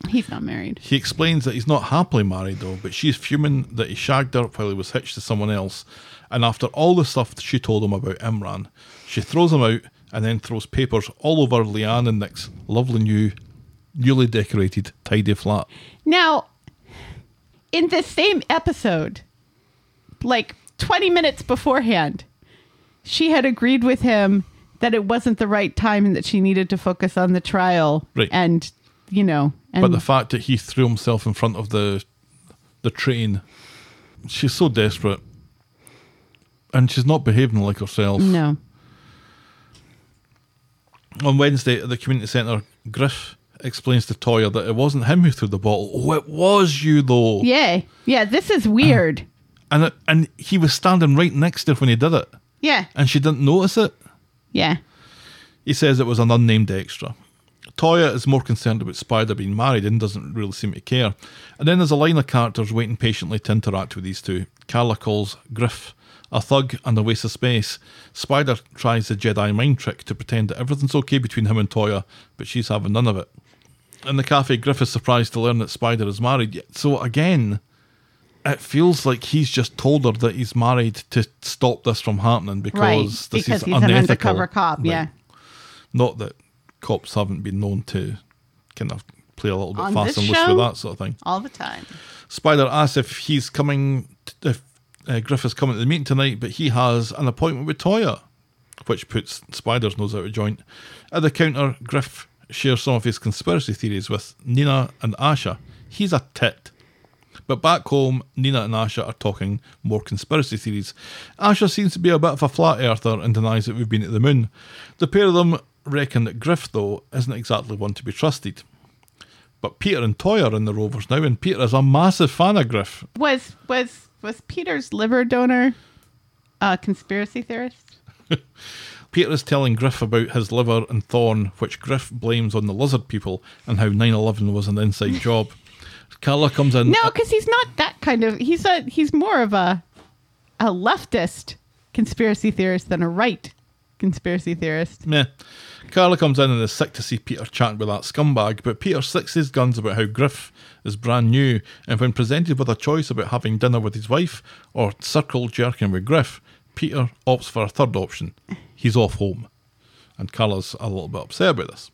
He's not married. He explains that he's not happily married though, but she's fuming that he shagged her while he was hitched to someone else. And after all the stuff she told him about Imran, she throws him out and then throws papers all over Leanne and Nick's lovely new, newly decorated, tidy flat. Now, in this same episode, like 20 minutes beforehand, she had agreed with him that it wasn't the right time and that she needed to focus on the trial. Right. And, you know, and But the fact that he threw himself in front of the the train, she's so desperate. And she's not behaving like herself. no. On Wednesday at the community centre, Griff explains to Toya that it wasn't him who threw the bottle. Oh, it was you though. Yeah. Yeah. This is weird. And it, and he was standing right next to her when he did it, yeah. and she didn't notice it. Yeah. He says it was an unnamed extra. Toya is more concerned about Spider being married and doesn't really seem to care. And then there's a line of characters waiting patiently to interact with these two. Carla calls Griff a thug and a waste of space. Spider tries the Jedi mind trick to pretend that everything's okay between him and Toya, but she's having none of it. In the cafe, Griff is surprised to learn that Spider is married. Yet- So again, it feels like he's just told her that he's married to stop this from happening because right? this Because is he's unethical. an undercover cop. Right. Yeah. Not that cops haven't been known to kind of play a little bit On fast this and loose show? with that sort of thing. All the time. Spider asks if he's coming, t- if uh, Griffith's coming to the meeting tonight, but he has an appointment with Toya, which puts Spider's nose out of joint. At the counter, Griff shares some of his conspiracy theories with Nina and Asha. He's a tit. But back home, Nina and Asha are talking more conspiracy theories. Asha seems to be a bit of a flat earther and denies that we've been at the moon. The pair of them reckon that Griff, though, isn't exactly one to be trusted. But Peter and Toy are in the Rovers now, and Peter is a massive fan of Griff. Was was was Peter's liver donor a conspiracy theorist? Peter is telling Griff about his liver and thorn, which Griff blames on the lizard people and how 9 11 was an inside job. Carla comes in. No, because he's not that kind of. He's a he's more of a a leftist conspiracy theorist than a right conspiracy theorist. Meh. Carla comes in and is sick to see Peter chatting with that scumbag, but Peter sticks his guns about how Griff is brand new, and when presented with a choice about having dinner with his wife or circle jerking with Griff, Peter opts for a third option. He's off home. And Carla's a little bit upset about this.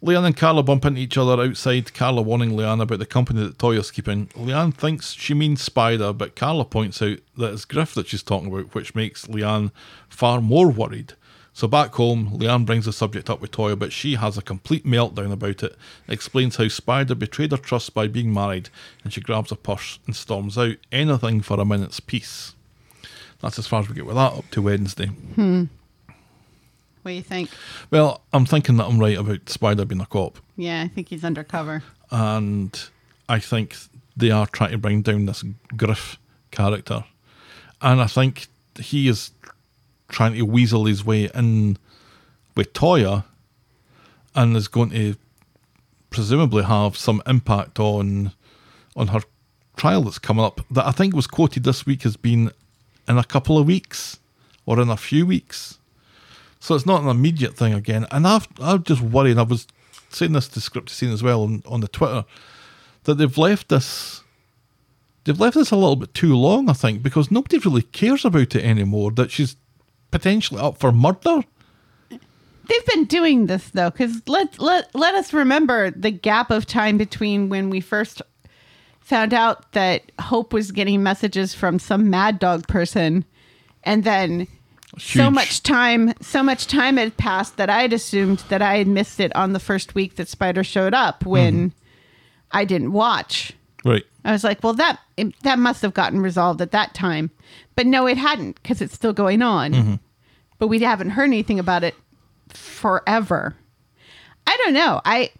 Leanne and Carla bump into each other outside, Carla warning Leanne about the company that Toya's keeping. Leanne thinks she means Spider, but Carla points out that it's Griff that she's talking about, which makes Leanne far more worried. So back home, Leanne brings the subject up with Toya, but she has a complete meltdown about it, explains how Spider betrayed her trust by being married, and she grabs a purse and storms out, anything for a minute's peace. That's as far as we get with that up to Wednesday. What do you think? Well, I'm thinking that I'm right about Spider being a cop. Yeah, I think he's undercover. and I think they are trying to bring down this Griff character, and I think he is trying to weasel his way in with Toya, and is going to presumably have some impact on on her trial that's coming up. That I think was quoted this week as being in a couple of weeks or in a few weeks. So it's not an immediate thing again. And I've I'm just worried. I was saying this to script scene as well on, on the Twitter that they've left this they've left this a little bit too long, I think, because nobody really cares about it anymore. That she's potentially up for murder. They've been doing this though, because let let let us remember the gap of time between when we first found out that Hope was getting messages from some Mad Dog person, and then so Huge. much time so much time had passed that I had assumed that I had missed it on the first week that Spider showed up when Mm-hmm. I didn't watch. Right. I was like, well, that it- that must have gotten resolved at that time, but no, it hadn't because it's still going on. Mm-hmm. But we haven't heard anything about it forever. I don't know. I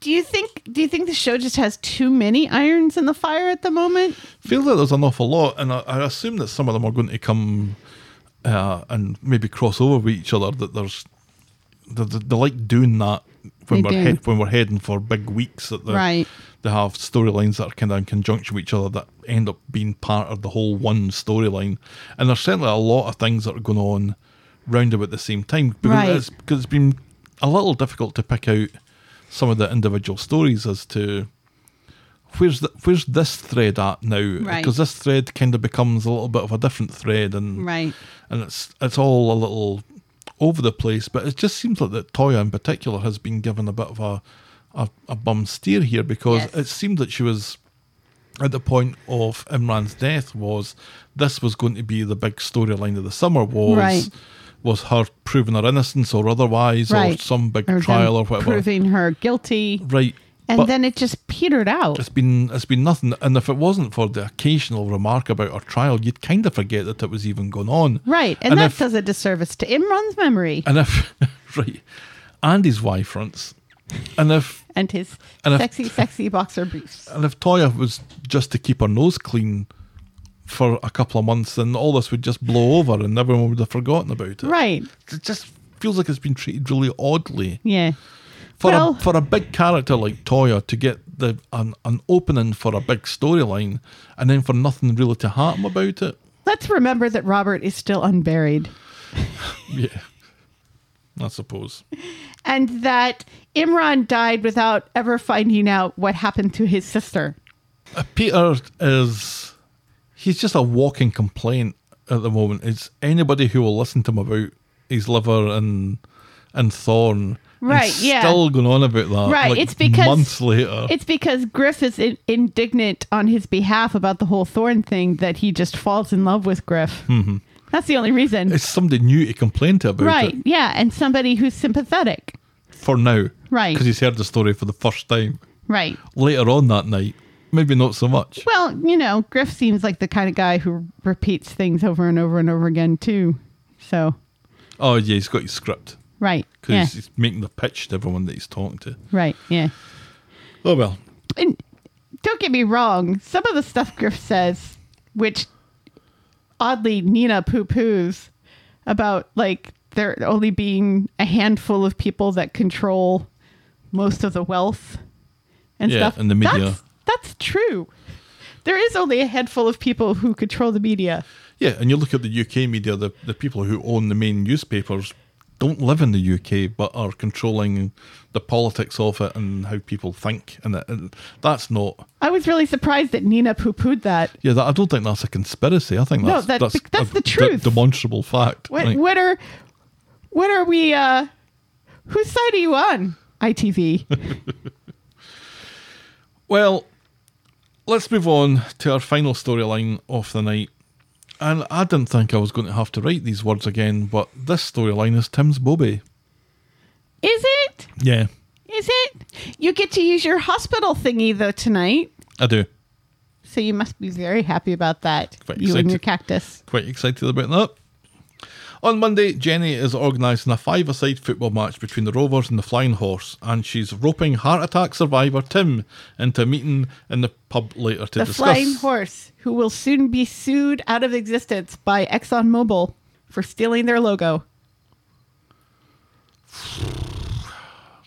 do you think do you think the show just has too many irons in the fire at the moment? Feels like there's an awful lot, and I, I assume that some of them are going to come uh, and maybe cross over with each other. That there's they, they, they like doing that when They we're do. head- when we're heading for big weeks. That they, Right. they have storylines that are kind of in conjunction with each other that end up being part of the whole one storyline. And there's certainly a lot of things that are going on round about the same time because Right. it's because it's been a little difficult to pick out some of the individual stories as to where's the, where's this thread at now? Right. Because this thread kind of becomes a little bit of a different thread, and Right. and it's it's all a little over the place. But it just seems like that Toya in particular has been given a bit of a a, a bum steer here because Yes. it seemed that she was at the point of Imran's death was this was going to be the big storyline of the summer was Right. was her proving her innocence or otherwise or some big Or them trial or whatever. proving her guilty, right. and but- then it just petered out. it's been it's been nothing. And if it wasn't for the occasional remark about her trial, you'd kind of forget that it was even going on. Right, and, that if, does a disservice to Imran's memory and if right, and his wife fronts, and if and his and if- sexy, sexy boxer briefs. and if Toya was just to keep her nose clean for a couple of months, then all this would just blow over, and everyone would have forgotten about it. Right. It just feels like it's been treated really oddly. Yeah. for Well- a, for a big character like Toya to get the an, an opening for a big storyline and then for nothing really to happen about it. Let's remember that Robert is still unburied Yeah. I suppose. and that Imran died without ever finding out what happened to his sister. Uh, Peter is he's just a walking complaint at the moment. It's anybody who will listen to him about his liver and and thorn. and Right, yeah. Still going on about that. Right, Uh, like, it's because- months later. It's because Griff is in- indignant on his behalf about the whole Thorn thing that he just falls in love with Griff. Mm-hmm. That's the only reason. It's somebody new to complain to about right. it Yeah. And somebody who's sympathetic. for now. Right. Because he's heard the story for the first time. Right. Later on that night, maybe not so much. Well, you know, Griff seems like the kind of guy who repeats things over and over and over again, too. So, Oh, yeah, he's got his script. right. Because Yeah. he's, he's making the pitch to everyone that he's talking to. Right. Yeah. Oh, well. and don't get me wrong, some of the stuff Griff says, which oddly Nina poo poos about like there only being a handful of people that control most of the wealth and Yeah, stuff. and the media. That's, that's true. There is only a handful of people who control the media. Yeah, and you look at the UK media, the, the people who own the main newspapers don't live in the UK but are controlling the politics of it and how people think. And, that, and that's not. I was really surprised that Nina poo pooed that. Yeah, that, I don't think that's a conspiracy. I think No, that's, that- that's, that's a the de- truth. demonstrable fact. What Like, what are what are we uh whose side are you on? ITV. Well, let's move on to our final storyline of the night. And I didn't think I was going to have to write these words again, but this storyline is Tim's Bobby. is it? Yeah, Is it? You get to use your hospital thingy though tonight. I do. So you must be very happy about that. Quite you and your excited. cactus. Quite excited about that. On Monday, Jenny is organising a five-a-side football match between the Rovers and the Flying Horse, and she's roping heart attack survivor Tim into a meeting in the pub later to The discuss. flying horse, who will soon be sued out of existence by ExxonMobil for stealing their logo.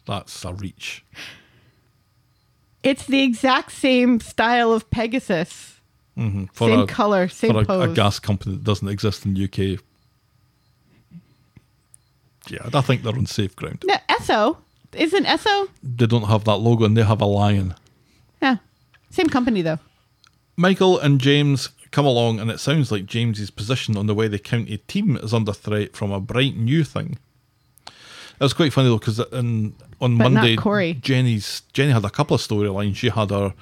That's a reach. It's the exact same style of Pegasus. For same a- color, same for a, pose. a gas company that doesn't exist in the UK. Yeah, I think they're on safe ground. no, Esso. Isn't Esso? They don't have that logo and they have a lion. Yeah. Same company though. Michael and James come along, and it sounds like James's position on the way the county team is under threat from a bright new thing. It was quite funny though, because on on But not Monday, Corey. Jenny's Jenny had a couple of storylines. She had her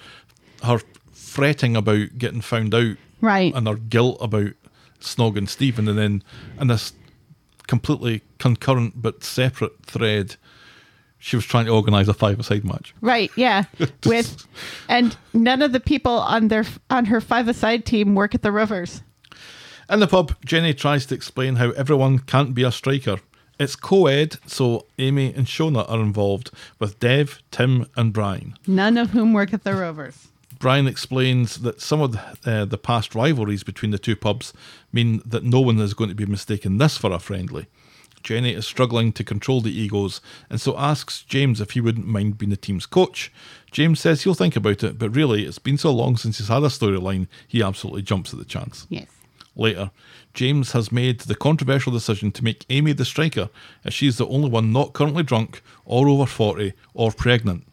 her fretting about getting found out, Right. and her guilt about snogging Stephen, and then and this completely concurrent but separate thread. She was trying to organise a five-a-side match. Right, yeah. With and none of the people on their on her five a side team work at the Rovers. In the pub, Jenny tries to explain how everyone can't be a striker. It's co ed, so Amy and Shona are involved, with Dev, Tim, and Brian. None of whom work at the Rovers. Brian explains that some of the, uh, the past rivalries between the two pubs mean that no one is going to be mistaking this for a friendly. Jenny is struggling to control the egos and so asks James if he wouldn't mind being the team's coach. James says he'll think about it, but really, it's been so long since he's had a storyline, he absolutely jumps at the chance. Yes. Later, James has made the controversial decision to make Amy the striker, as she's the only one not currently drunk, or over 40, or pregnant.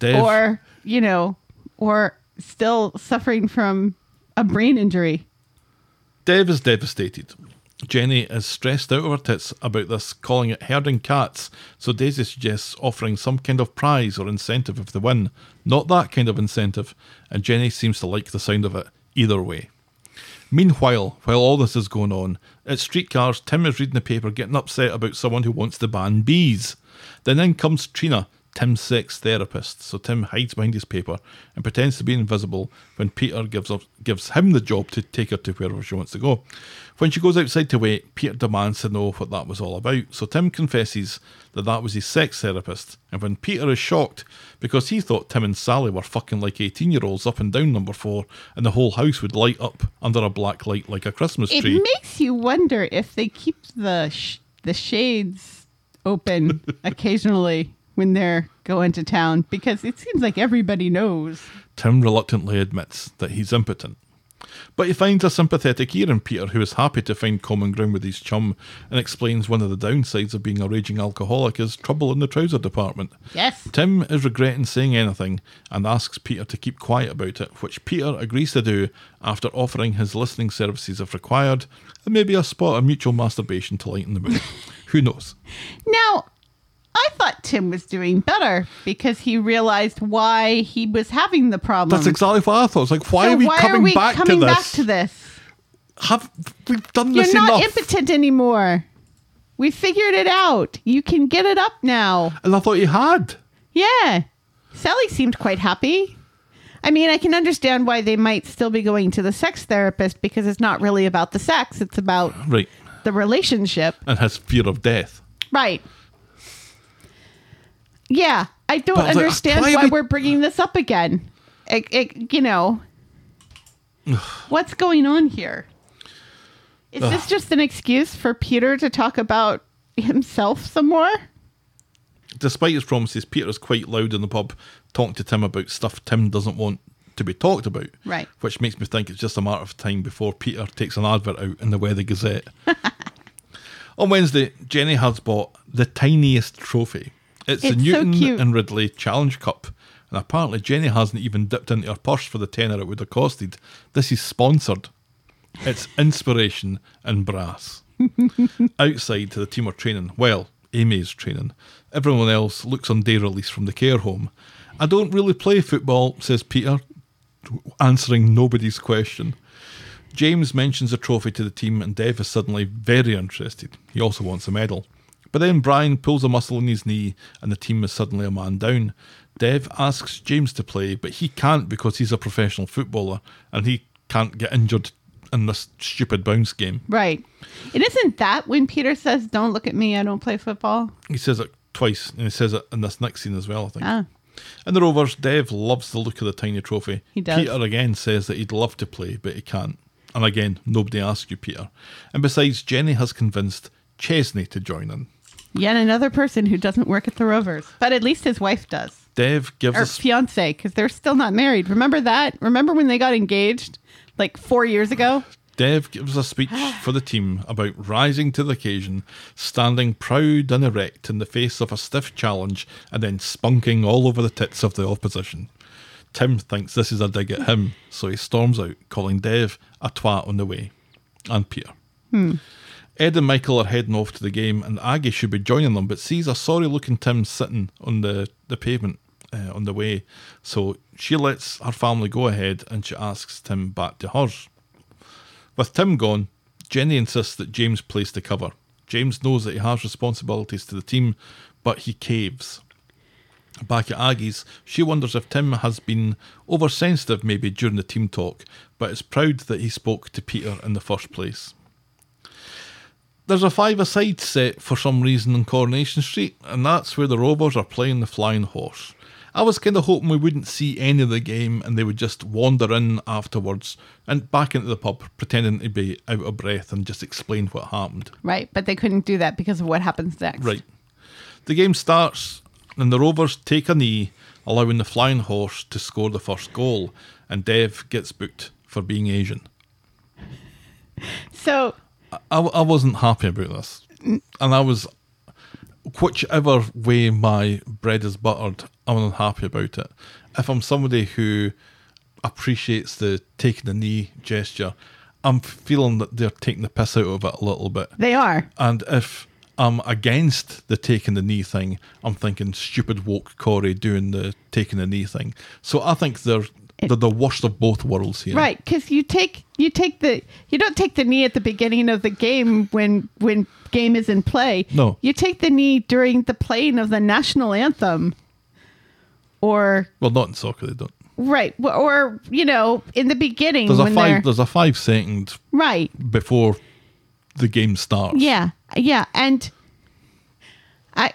Dev, Or, you know, or still suffering from a brain injury. Dev is devastated. Jenny is stressed out of her tits about this, calling it herding cats, so Daisy suggests offering some kind of prize or incentive if they win. Not that kind of incentive, and Jenny seems to like the sound of it either way. Meanwhile, while all this is going on, at streetcars, Tim is reading the paper, getting upset about someone who wants to ban bees. Then in comes Trina, Tim's sex therapist. So Tim hides behind his paper and pretends to be invisible when Peter gives up, gives him the job to take her to wherever she wants to go. When she goes outside to wait, Peter demands to know what that was all about. So Tim confesses that that was his sex therapist. And when Peter is shocked because he thought Tim and Sally were fucking like 18 year olds up and down number four and the whole house would light up under a black light like a Christmas It tree. makes you wonder if they keep the sh- the shades open occasionally when they're going to town because it seems like everybody knows. Tim reluctantly admits that he's impotent. But he finds a sympathetic ear in Peter, who is happy to find common ground with his chum, and explains one of the downsides of being a raging alcoholic is trouble in the trouser department. Yes. Tim is regretting saying anything and asks Peter to keep quiet about it, which Peter agrees to do after offering his listening services if required, and maybe a spot of mutual masturbation to lighten the mood. Who knows? Now, I thought Tim was doing better because he realized why he was having the problem. That's exactly what I thought. It's like, why Hmm. So are we why coming, are we back, coming to back this? to this? Have we've done You're this not enough? impotent anymore. We figured it out. You can get it up now. and I thought you had. Yeah. Sally seemed quite happy. I mean, I can understand why they might still be going to the sex therapist because it's not really about the sex, it's about Right. the relationship. And his fear of death. Right. Yeah, I don't But I was like, understand why are why, we- we... are bringing this up again. It, it, you know, what's going on here? Is this just an excuse for Peter to talk about himself some more? Despite his promises, Peter is quite loud in the pub, talking to Tim about stuff Tim doesn't want to be talked about. Right. Which makes me think it's just a matter of time before Peter takes an advert out in the Weather Gazette. On Wednesday, Jenny has bought the tiniest trophy. It's, the It's so Newton cute. and Ridley Challenge Cup. And apparently, Jenny hasn't even dipped into her purse for the tenner it would have costed. This is sponsored. It's inspiration and brass. Outside, the team are training. Well, Amy is training. Everyone else looks on day release from the care home. I don't really play football, says Peter, answering nobody's question. James mentions a trophy to the team, and Dev is suddenly very interested. He also wants a medal. But then Brian pulls a muscle in his knee, and the team is suddenly a man down. Dev asks James to play, but he can't because he's a professional footballer and he can't get injured in this stupid bounce game. Right. It isn't that when Peter says, "Don't look at me. I don't play football." He says it twice, and he says it in this next scene as well, I think. Ah. In the Rovers, Dev loves the look of the tiny trophy. He does. Peter again says that he'd love to play, but he can't. And again, nobody asks you, Peter. And besides, Jenny has convinced Chesney to join in. Yet another person who doesn't work at the Rovers, but at least his wife does. Dev gives or us fiance because they're still not married. Remember that? Remember when they got engaged like four years ago? Dev gives a speech for the team about rising to the occasion, standing proud and erect in the face of a stiff challenge, and then spunking all over the tits of the opposition. Tim thinks this is a dig at him, so he storms out, calling Dev a twat on the way, and Peter. Ed and Michael are heading off to the game, and Aggie should be joining them, but sees a sorry looking Tim sitting on the, the pavement uh, on the way. So she lets her family go ahead and she asks Tim back to hers. With Tim gone, Jenny insists that James plays the cover. James knows that he has responsibilities to the team, but he caves. Back at Aggie's, she wonders if Tim has been oversensitive maybe during the team talk, but is proud that he spoke to Peter in the first place. There's a five a side set for some reason in Coronation Street, and that's where the Rovers are playing the Flying Horse. I was kind of hoping we wouldn't see any of the game and they would just wander in afterwards and back into the pub, pretending to be out of breath and just explain what happened. Right, but they couldn't do that because of what happens next. Right. The game starts, and the Rovers take a knee, allowing the Flying Horse to score the first goal, and Dev gets booked for being Asian. So I, I wasn't happy about this, and I was, whichever way my bread is buttered, I'm unhappy about it. If I'm somebody who appreciates the taking the knee gesture, I'm feeling that they're taking the piss out of it a little bit. they are. And if I'm against the taking the knee thing, I'm thinking stupid woke Corey doing the taking the knee thing. So I think they're they're the worst of both worlds here. Right, because you take you take the you don't take the knee at the beginning of the game when when game is in play. No. you take the knee during the playing of the national anthem, or Well, not in soccer they don't. right, w- or you know in the beginning There's a when five. they're There's a five second right. before the game starts. Yeah, yeah, and I,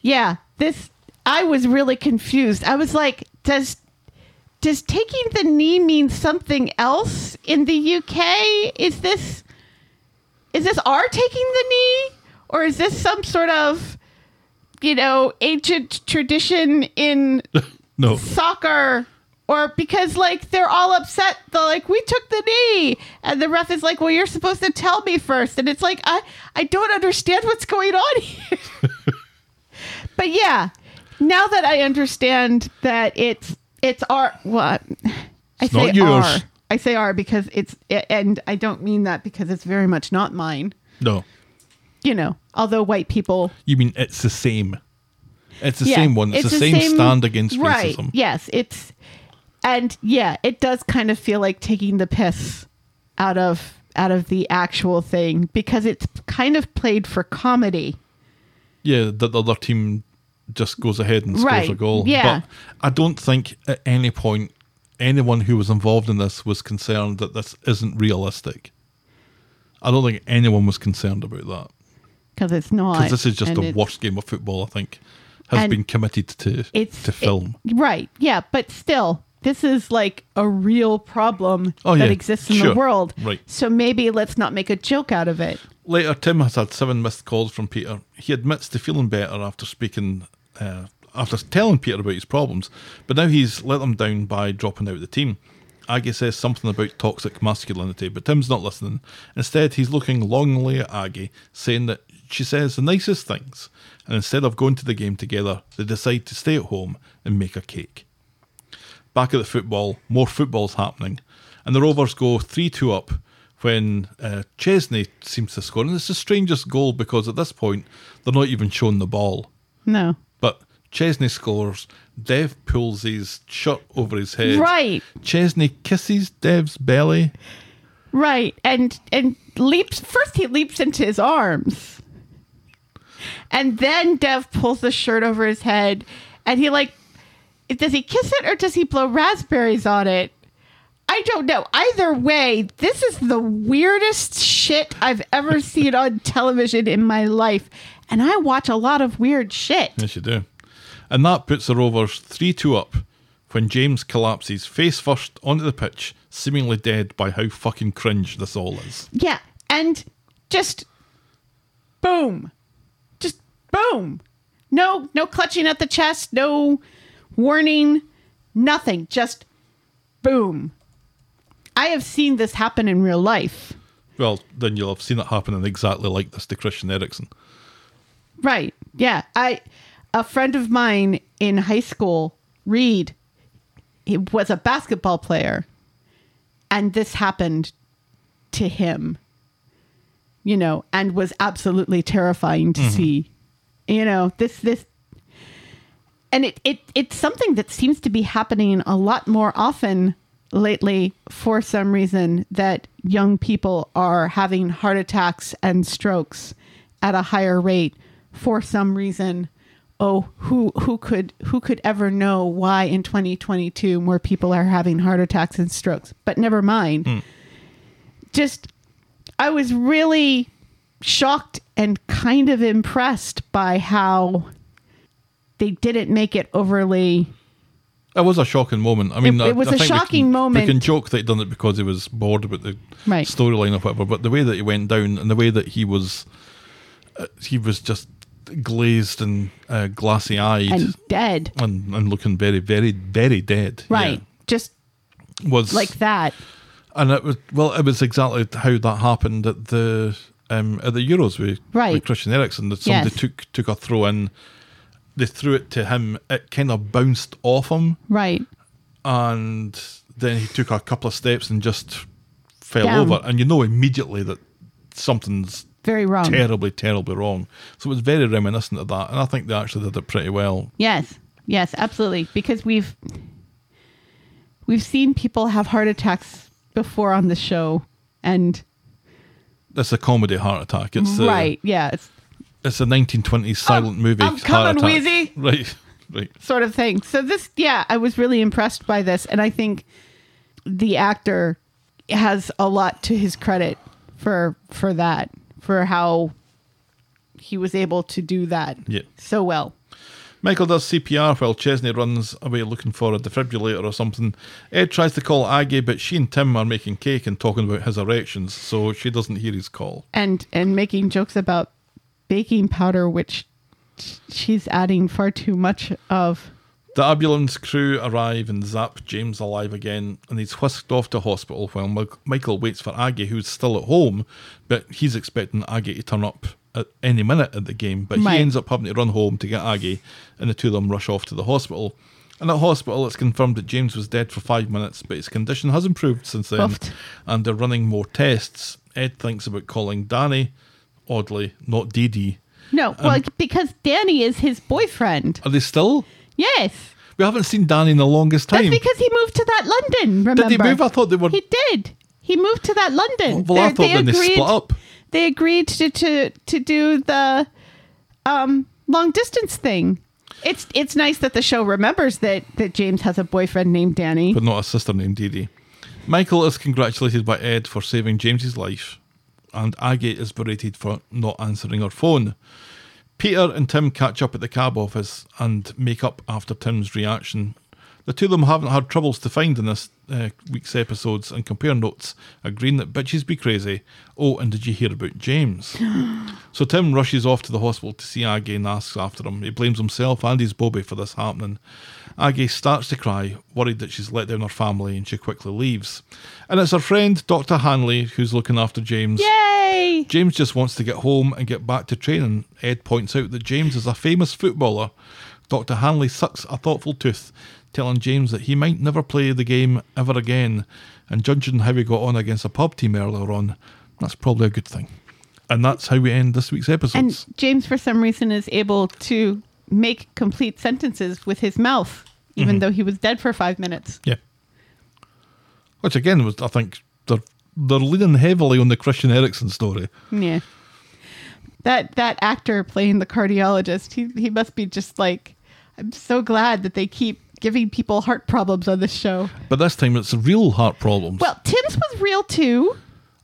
yeah, this I was really confused. I was like, does does taking the knee mean something else in the UK? Is this is this our taking the knee, or is this some sort of you know ancient tradition in No, soccer Or because like they're all upset, they're like, we took the knee, and the ref is like, well, you're supposed to tell me first, and it's like, I I don't understand what's going on here. but yeah, now that I understand that it's it's our what I It's not yours. our. I say our because it's and I don't mean that because it's very much not mine. No, You know, although white people you mean it's the same. It's the Yeah, same one. It's, the, same, stand against right, racism. Yes, it's and yeah, it does kind of feel like taking the piss out of out of the actual thing because it's kind of played for comedy. Yeah, that the other team just goes ahead and scores Right, a goal. yeah. But I don't think at any point anyone who was involved in this was concerned that this isn't realistic. I don't think anyone was concerned about that Because it's not. because this is just and the it's- worst game of football I think has and been committed to It's to it- film. right. Yeah, but still, this is like a real problem Oh, that yeah, exists in sure, the world. right. So maybe let's not make a joke out of it. Later, Tim has had seven missed calls from Peter. He admits to feeling better after speaking, uh, after telling Peter about his problems, but now he's let them down by dropping out of the team. Aggie says something about toxic masculinity, but Tim's not listening. Instead, he's looking longingly at Aggie, saying that she says the nicest things, and instead of going to the game together, they decide to stay at home and make a cake. Back at the football, more football's happening, and the Rovers go 3 2 up when uh, Chesney seems to score. And it's the strangest goal because at this point, they're not even showing the ball. No. But Chesney scores, Dev pulls his shirt over his head. Right. Chesney kisses Dev's belly. Right. And and leaps first he leaps into his arms. And then Dev pulls the shirt over his head and he like does he kiss it or does he blow raspberries on it? I don't know. Either way, this is the weirdest shit I've ever seen on television in my life. And I watch a lot of weird shit. Yes, you do. And that puts the Rovers 3 2 up when James collapses face first onto the pitch, seemingly dead by how fucking cringe this all is. Yeah. And just boom. Just boom. No, no clutching at the chest, no warning, nothing. Just boom. I have seen this happen in real life. Well, then you'll have seen it happening exactly like this to Christian Eriksen. Right. Yeah. I a friend of mine in high school, Reed, he was a basketball player and this happened to him. You know, and was absolutely terrifying to see. You know, this this and it, it it's something that seems to be happening a lot more often lately for some reason that young people are having heart attacks and strokes at a higher rate for some reason oh who who could who could ever know why in 2022 more people are having heart attacks and strokes but never mind just i was really shocked and kind of impressed by how they didn't make it overly It was a shocking moment. I mean, It- I- it was I a think we shocking can- moment. We can joke that he done it because he was bored with the Right. storyline or whatever, but the way that he went down and the way that he was, uh, he was just glazed and uh, glassy eyed and and, dead and looking very, very, very dead. yeah, right just was like that and it was well, it was exactly how that happened at the um, at the Euros with, Right. with Christian Eriksen. That somebody Yes. took took a throw in, they threw it to him. It kind of bounced off him, right and then he took a couple of steps and just fell Down. over. And you know immediately that something's very wrong terribly, terribly wrong. So it was very reminiscent of that, and I think they actually did it pretty well. yes yes absolutely because we've we've seen people have heart attacks before on the show and It's a comedy heart attack. It's the- right yeah it's It's a 1920s silent movie. I'm heart coming, attack. Wheezy. Right, right. sort of thing so this yeah i was really impressed by this and i think the actor has a lot to his credit for for that for how he was able to do that Yeah. so well Michael does CPR while Chesney runs away looking for a defibrillator or something. Ed tries to call Aggie, but she and Tim are making cake and talking about his erections, so she doesn't hear his call. and and making jokes about baking powder which she's adding far too much of The ambulance crew arrive and zap James alive again, and he's whisked off to hospital while Mike- Michael waits for Aggie, who's still at home, but he's expecting Aggie to turn up at any minute at the game. But Mike. he ends up having to run home to get Aggie, and the two of them rush off to the hospital. And at hospital, it's confirmed that James was dead for five minutes, but his condition has improved since then, Buffed. and they're running more tests. Ed thinks about calling Danny, oddly, not Dee Dee. Um, No, well, because Danny is his boyfriend. Are they still? Yes. We haven't seen Danny in the longest That's time. because he moved to that London. Remember? he move? I thought they were- He did. He moved to that London. Well, I They're- thought then they split up. They agreed to to, to do the um, long distance thing. It's it's nice that the show remembers that that James has a boyfriend named Danny. but not a sister named Dee Dee. Michael is congratulated by Ed for saving James's life, and Agate is berated for not answering her phone. Peter and Tim catch up at the cab office and make up after Tim's reaction. The two of them haven't had troubles to find in this uh, week's episodes and compare notes, agreeing that bitches be crazy. Oh, and did you hear about James? So Tim rushes off to the hospital to see Aggie and asks after him. He blames himself and his Bobby for this happening. Aggie starts to cry, worried that she's let down her family, and she quickly leaves. And it's her friend, Dr. Hanley, who's looking after James. Yay! James just wants to get home and get back to training. Ed points out that James is a famous footballer. Dr. Hanley sucks a thoughtful tooth, telling James that he might never play the game ever again. And judging how he got on against a pub team earlier on, that's probably a good thing. And that's how we end this week's episodes. And James, for some reason, is able to make complete sentences with his mouth, Mm-hmm. even though he was dead for five minutes. yeah. Which again was, I think, they're they're leaning heavily on the Christian Eriksen story. Yeah. That that actor playing the cardiologist, he he must be just like I'm so glad that they keep giving people heart problems on this show. But this time it's real heart problems. Well, Tim's was real too.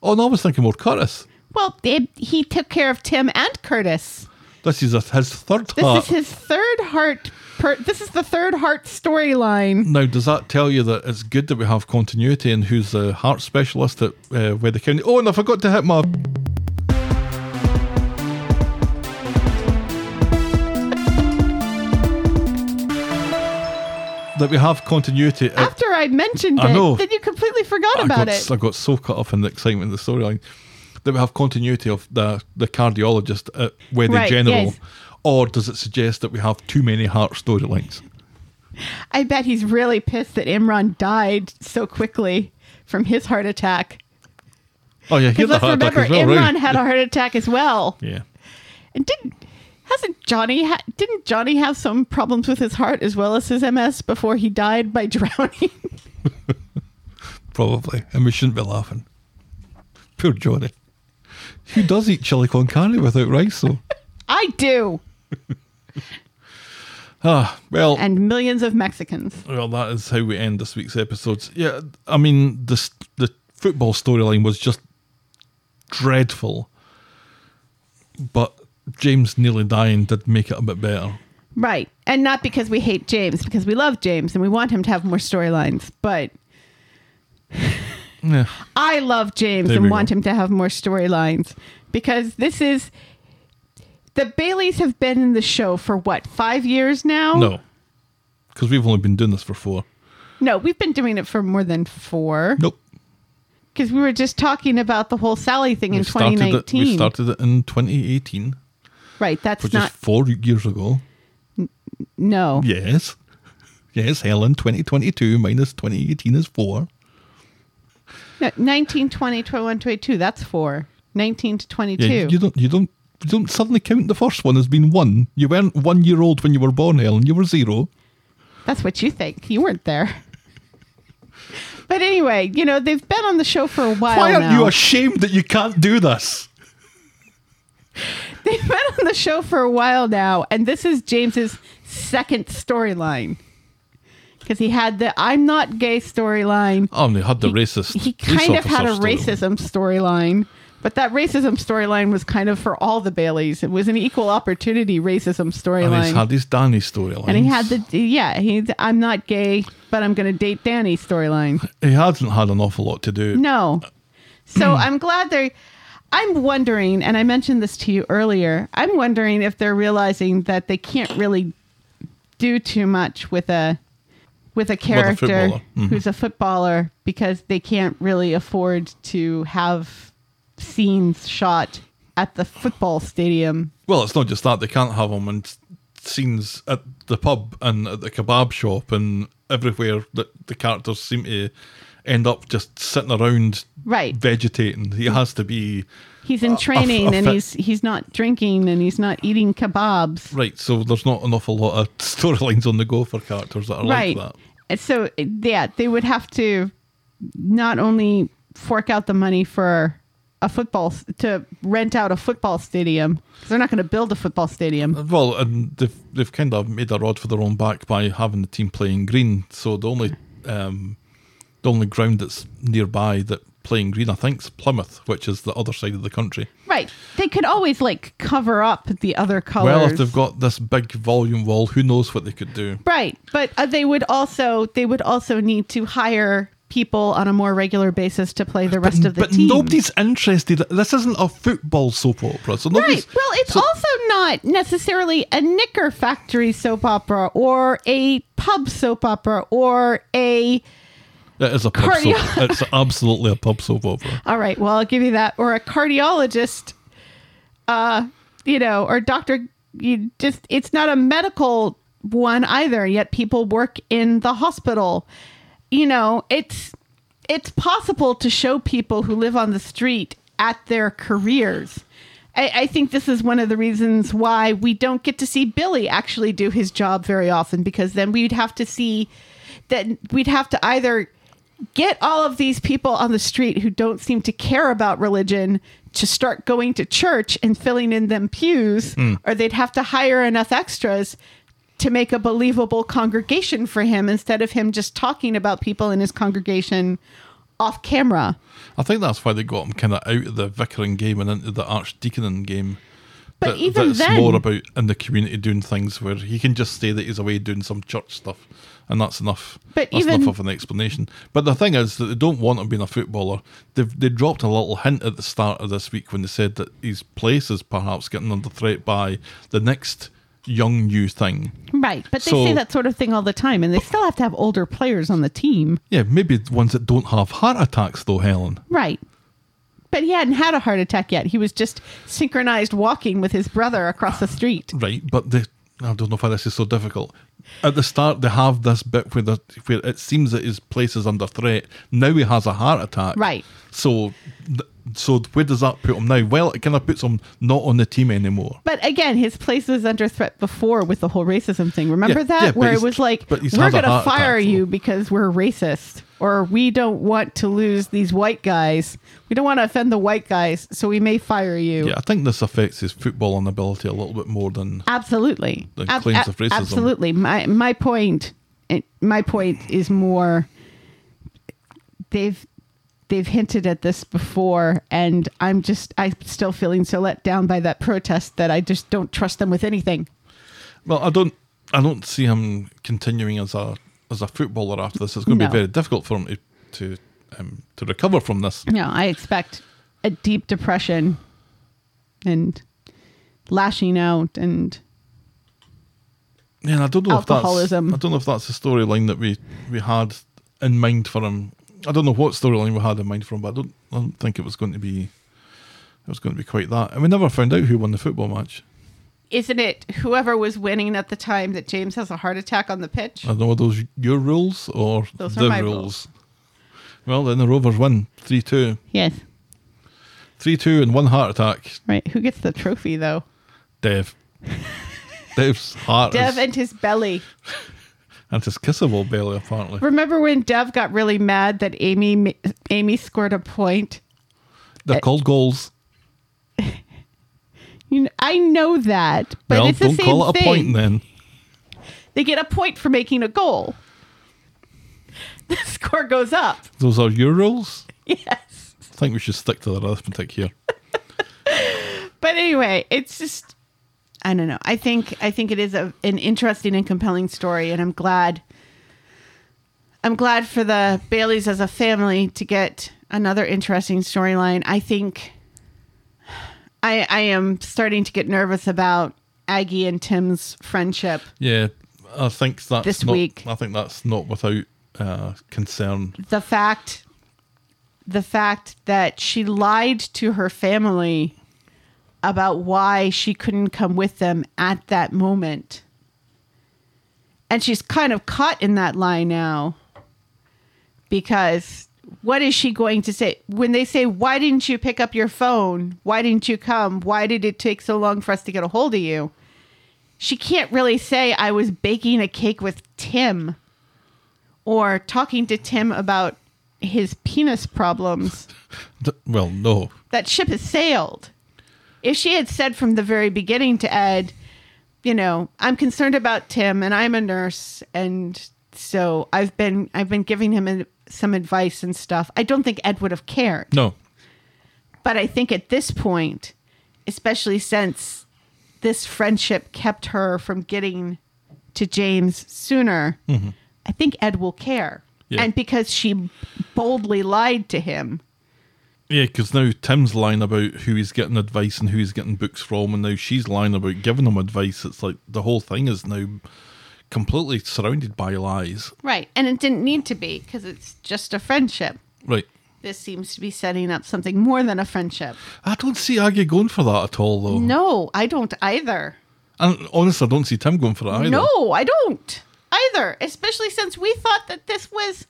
oh, and I was thinking more Curtis. Well, they, he took care of Tim and Curtis. This is a, his third This heart. is his third heart per, this is the third heart storyline. Now, does that tell you that it's good that we have continuity and who's the heart specialist at uh, Weather County? Oh, and I forgot to hit my. that we have continuity. At, After I mentioned I it, know. then you completely forgot I, about got, it. I got so caught up in the excitement of the storyline that we have continuity of the, the cardiologist at Weather Right, General. yes. Or does it suggest that we have too many heart storylines? I bet he's really pissed that Imran died so quickly from his heart attack. Oh, yeah, here's Because the let's heart attack remember, as well, Imran right? had a heart attack as well. yeah. And didn't hasn't Johnny ha- didn't Johnny have some problems with his heart as well as his MS before he died by drowning? Probably. And we shouldn't be laughing. Poor Johnny. Who does eat chili con carne without rice, though? I do, Ah, well, and millions of Mexicans. well, that is how we end this week's episodes. Yeah, I mean, the, s- the football storyline was just dreadful. But James nearly dying did make it a bit better. Right. And not because we hate James, because we love James and we want him to have more storylines. But Yeah. I love James There we and go. want him to have more storylines because this is. The Baileys have been in the show for what, five years now? No. Because we've only been doing this for four. No, we've been doing it for more than four. Nope. Because we were just talking about the whole Sally thing in we, started it, 2019. we started it in 2018, right. That's which not. is four years ago. no. Yes. Yes, Helen, 2022 minus 2018 is four. no. 19, 20, 21, 22. That's four. 19 to 22. Yeah, you, you don't you don't you don't suddenly count the first one as being one. You weren't one year old when you were born, Helen. You were zero. That's what you think. You weren't there. but anyway, you know, they've been on the show for a while. Why aren't now. you ashamed that you can't do this? they've been on the show for a while now, and this is James's second storyline. Because he had the I'm not gay storyline. Oh, and they had the racist. He police kind of had a officer story. racism storyline, but that racism storyline was kind of for all the Baileys. It was an equal opportunity racism And he's storyline. had his Danny storyline. And he had the yeah, he I'm not gay, but I'm going to date Danny storyline. He hasn't had an awful lot to do. No. So I'm glad they're. I'm wondering, and I mentioned this to you earlier. I'm wondering if they're realizing that they can't really do too much with a with a Mm-hmm. character footballer. who's a footballer because they can't really afford to have scenes shot at the football stadium. Well, it's not just that they can't have them in s- scenes at the pub and at the kebab shop and everywhere that the characters seem to end up just sitting around Right. vegetating. He has to be He's in training and fit- he's he's not drinking and he's not eating kebabs. right, so there's not an awful lot of storylines on the go for characters that are right. like that. And So yeah, they would have to not only fork out the money for a football to rent out a football stadium 'cause they're not going to build a football stadium. Well, and they've they've kind of made a rod for their own back by having the team playing green. So the only um, the only ground that's nearby that playing green, I think, is Plymouth, which is the other side of the country. Right. They could always like cover up the other colors. Well, if they've got this big volume wall, who knows what they could do? Right, but uh, they would also they would also need to hire people on a more regular basis to play the rest of the but team. nobody's interested. This isn't a football soap opera, so Right. nobody's. Well, it's also not necessarily a knicker factory soap opera or a pub soap opera or a. It is a pub Cardio- soap. It's absolutely a pub soap opera. All right. Well, I'll give you that. Or a cardiologist, uh, you know, or doctor. You just, it's not a medical one either. Yet people work in the hospital. You know, it's it's possible to show people who live on the street at their careers. I, I think this is one of the reasons why we don't get to see Billy actually do his job very often because then we'd have to see that we'd have to either get all of these people on the street who don't seem to care about religion to start going to church and filling in them pews, or they'd have to hire enough extras to make a believable congregation for him instead of him just talking about people in his congregation off camera. I think that's why they got him kind of out of the vicaring game and into the archdeaconing game. But even that's then- more about in the community doing things where he can just say that he's away doing some church stuff, and that's enough. But that's even- enough of an explanation. But the thing is that they don't want him being a footballer. They've they dropped a little hint at the start of this week when they said that his place is perhaps getting under threat by the next young new thing. Right. But they So- say that sort of thing all the time, and they still have to have older players on the team. Yeah, maybe the ones that don't have heart attacks though, Helen. Right. But he hadn't had a heart attack yet. He was just synchronized walking with his brother across the street. Right, but the, I don't know why this is so difficult. At the start, they have this bit where, the, where it seems that his place is under threat. Now he has a heart attack. Right. So, th- so where does that put him now? Well, it kind of puts him not on the team anymore. But again, his place was under threat before with the whole racism thing. Remember Yeah, that? yeah, but Where it he's- was like, but he's we're had a going to heart attack, fire you so- because we're racist, or we don't want to lose these white guys. We don't want to offend the white guys, so we may fire you. Yeah, I think this affects his footballing ability a little bit more than. Absolutely. The claims of racism. Absolutely. My my point eh, my point is more they've they've hinted at this before and I'm just I'm still feeling so let down by that protest that I just don't trust them with anything. Well, I don't, I don't see him continuing as a as a footballer after this. It's going to No. be very difficult for him to to um, to recover from this. No, I expect a deep depression and lashing out and Yeah, and I don't know Alcoholism. if that's I don't know if that's the storyline that we we had in mind for him. I don't know what storyline we had in mind for him, but I don't I don't think it was going to be it was going to be quite that. And we never found out who won the football match. isn't it whoever was winning at the time that James has a heart attack on the pitch? I don't know are those your rules or Those are the my rules. Well, then the Rovers win 3-2. Yes. 3-2 and one heart attack. Right. Who gets the trophy though? Dev. Dev's heart Dev is, and his belly. and his kissable belly apparently. Remember when Dev got really mad that Amy Amy scored a point? They're called goals. You know, I know that, but well, it's the don't same call it thing. a point then. They get a point for making a goal. The score goes up. Those are your rules. Yes. I think we should stick to the arithmetic here. But anyway, it's just I don't know. I think I think it is a, an interesting and compelling story and I'm glad I'm glad for the Baileys as a family to get another interesting storyline. I think I I am starting to get nervous about Aggie and Tim's friendship. Yeah, I think that's This not, week. I think that's not without uh, concern. the fact the fact that she lied to her family about why she couldn't come with them at that moment and she's kind of caught in that lie now because what is she going to say when they say why didn't you pick up your phone why didn't you come why did it take so long for us to get a hold of you she can't really say i was baking a cake with tim or talking to Tim about his penis problems, D- well, no, that ship has sailed. If she had said from the very beginning to Ed, you know, I'm concerned about Tim and I'm a nurse and so I've been I've been giving him an- some advice and stuff. I don't think Ed would have cared. no. But I think at this point, especially since this friendship kept her from getting to James sooner, I think Ed will care. Mm-hmm. Yeah. And because she boldly lied to him, Yeah, because now Tim's lying about who he's getting advice and who he's getting books from, and now she's lying about giving him advice. It's like the whole thing is now completely surrounded by lies. right? And it didn't need to be because it's just a friendship. Right. This seems to be setting up something more than a friendship. I don't see Aggie going for that at all, though. No, I don't either. And honestly, I don't see Tim going for that either. No, I don't either. Especially since we thought that this was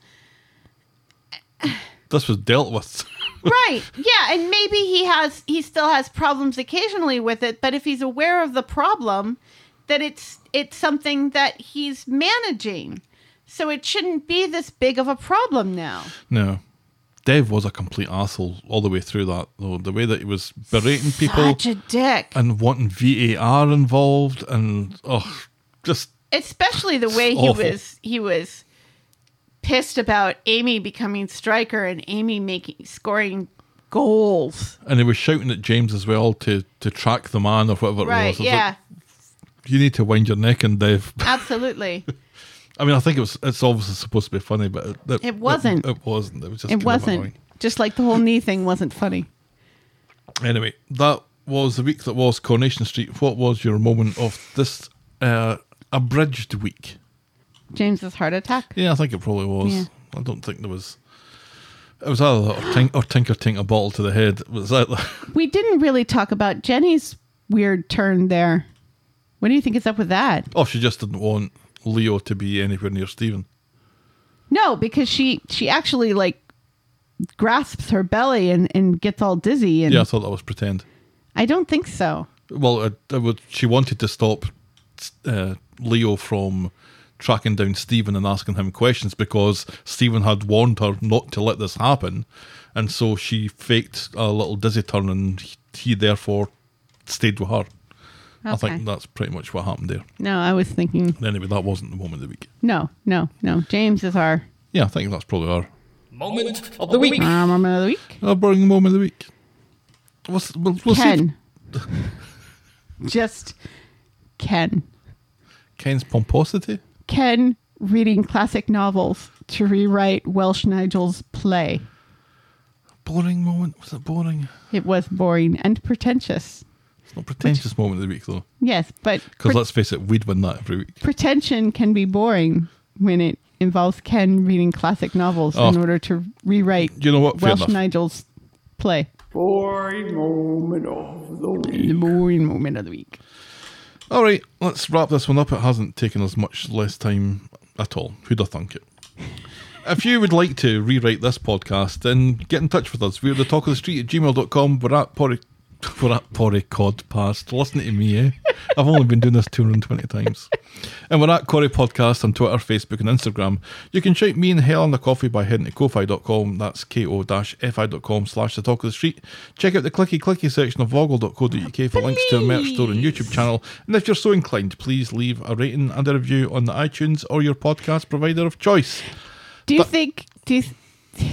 This was dealt with. right yeah and maybe he has he still has problems occasionally with it but if he's aware of the problem that it's it's something that he's managing so it shouldn't be this big of a problem now no. Dev was a complete asshole all the way through that, though. The way that he was berating people such a dick and wanting VAR involved and, oh, just, especially the way he Awful. was he was pissed about amy becoming striker and amy making scoring goals and he was shouting at James as well to, to track the man or whatever it right was. It was yeah like, you need to wind your neck in, Dev. absolutely I mean, I think it was, it's obviously supposed to be funny, but it, It wasn't. It, wasn't. It was just kind it of annoying. wasn't just like the whole knee thing wasn't funny Anyway, that was the week that was Coronation Street. What was your moment of this uh, abridged week? james's heart attack Yeah, I think it probably was. Yeah. I don't think there was. It was either that or, tink, or Tinker Tinker Bottle to the Head. It was either. We didn't really talk about Jenny's weird turn there. What do you think is up with that? Oh, she just didn't want Leo to be anywhere near Stephen. No, because she she actually like grasps her belly and and gets all dizzy and Yeah, I thought that was pretend. I don't think so. Well, it, it would, she wanted to stop uh, Leo from tracking down Stephen and asking him questions because Stephen had warned her not to let this happen, and so she faked a little dizzy turn, and he, he therefore stayed with her. I Okay. think that's pretty much what happened there. No, I was thinking Anyway, that wasn't the moment of the week. no, no, no. James is our Yeah, I think that's probably our Moment of the week. uh, moment of the week. our boring moment of the week. What's, we'll, we'll see if- Ken. Just Ken. Ken's pomposity. Ken reading classic novels to rewrite Welsh Nigel's play. Boring moment. Was it boring? It was boring and pretentious. It's not pretentious moment of the week though, Yes, but because let's face it, we'd win that every week. pretension can be boring when it involves Ken reading classic novels Oh. in order to rewrite You know what? Fair Welsh enough. Nigel's play. Boy, moment of the week. The boring moment of the week. All right, let's wrap this one up. It hasn't taken us much less time at all. Who'd have thunk it? If you would like to rewrite this podcast, then get in touch with us. We're the talk of the street at gmail.com. We're at Porry. We're at Porry Codpast. Listen to me, eh? I've only been doing this 220 times. And we're at Corey Podcast on Twitter, Facebook, and Instagram. You can shout me and Helen a coffee by heading to kofi.com. That's ko-fi.com slash the talk of the street. Check out the clicky clicky section of voggle.co.uk for links to a merch store and YouTube channel. And if you're so inclined, please leave a rating and a review on the iTunes or your podcast provider of choice. Do you think? Do you,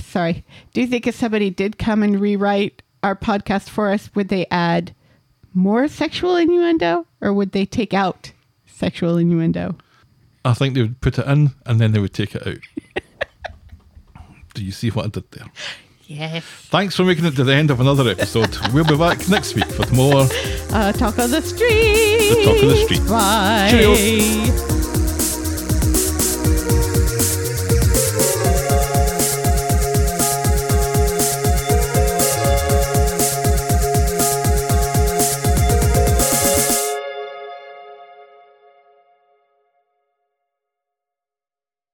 sorry. Do you think if somebody did come and rewrite our podcast for us, would they add more sexual innuendo, or would they take out sexual innuendo? I think they would put it in and then they would take it out. Do you see what I did there? Yes. Thanks for making it to the end of another episode. we'll be back next week with more Uh, talk of the street. Talk of the Street. Bye. Cheerios.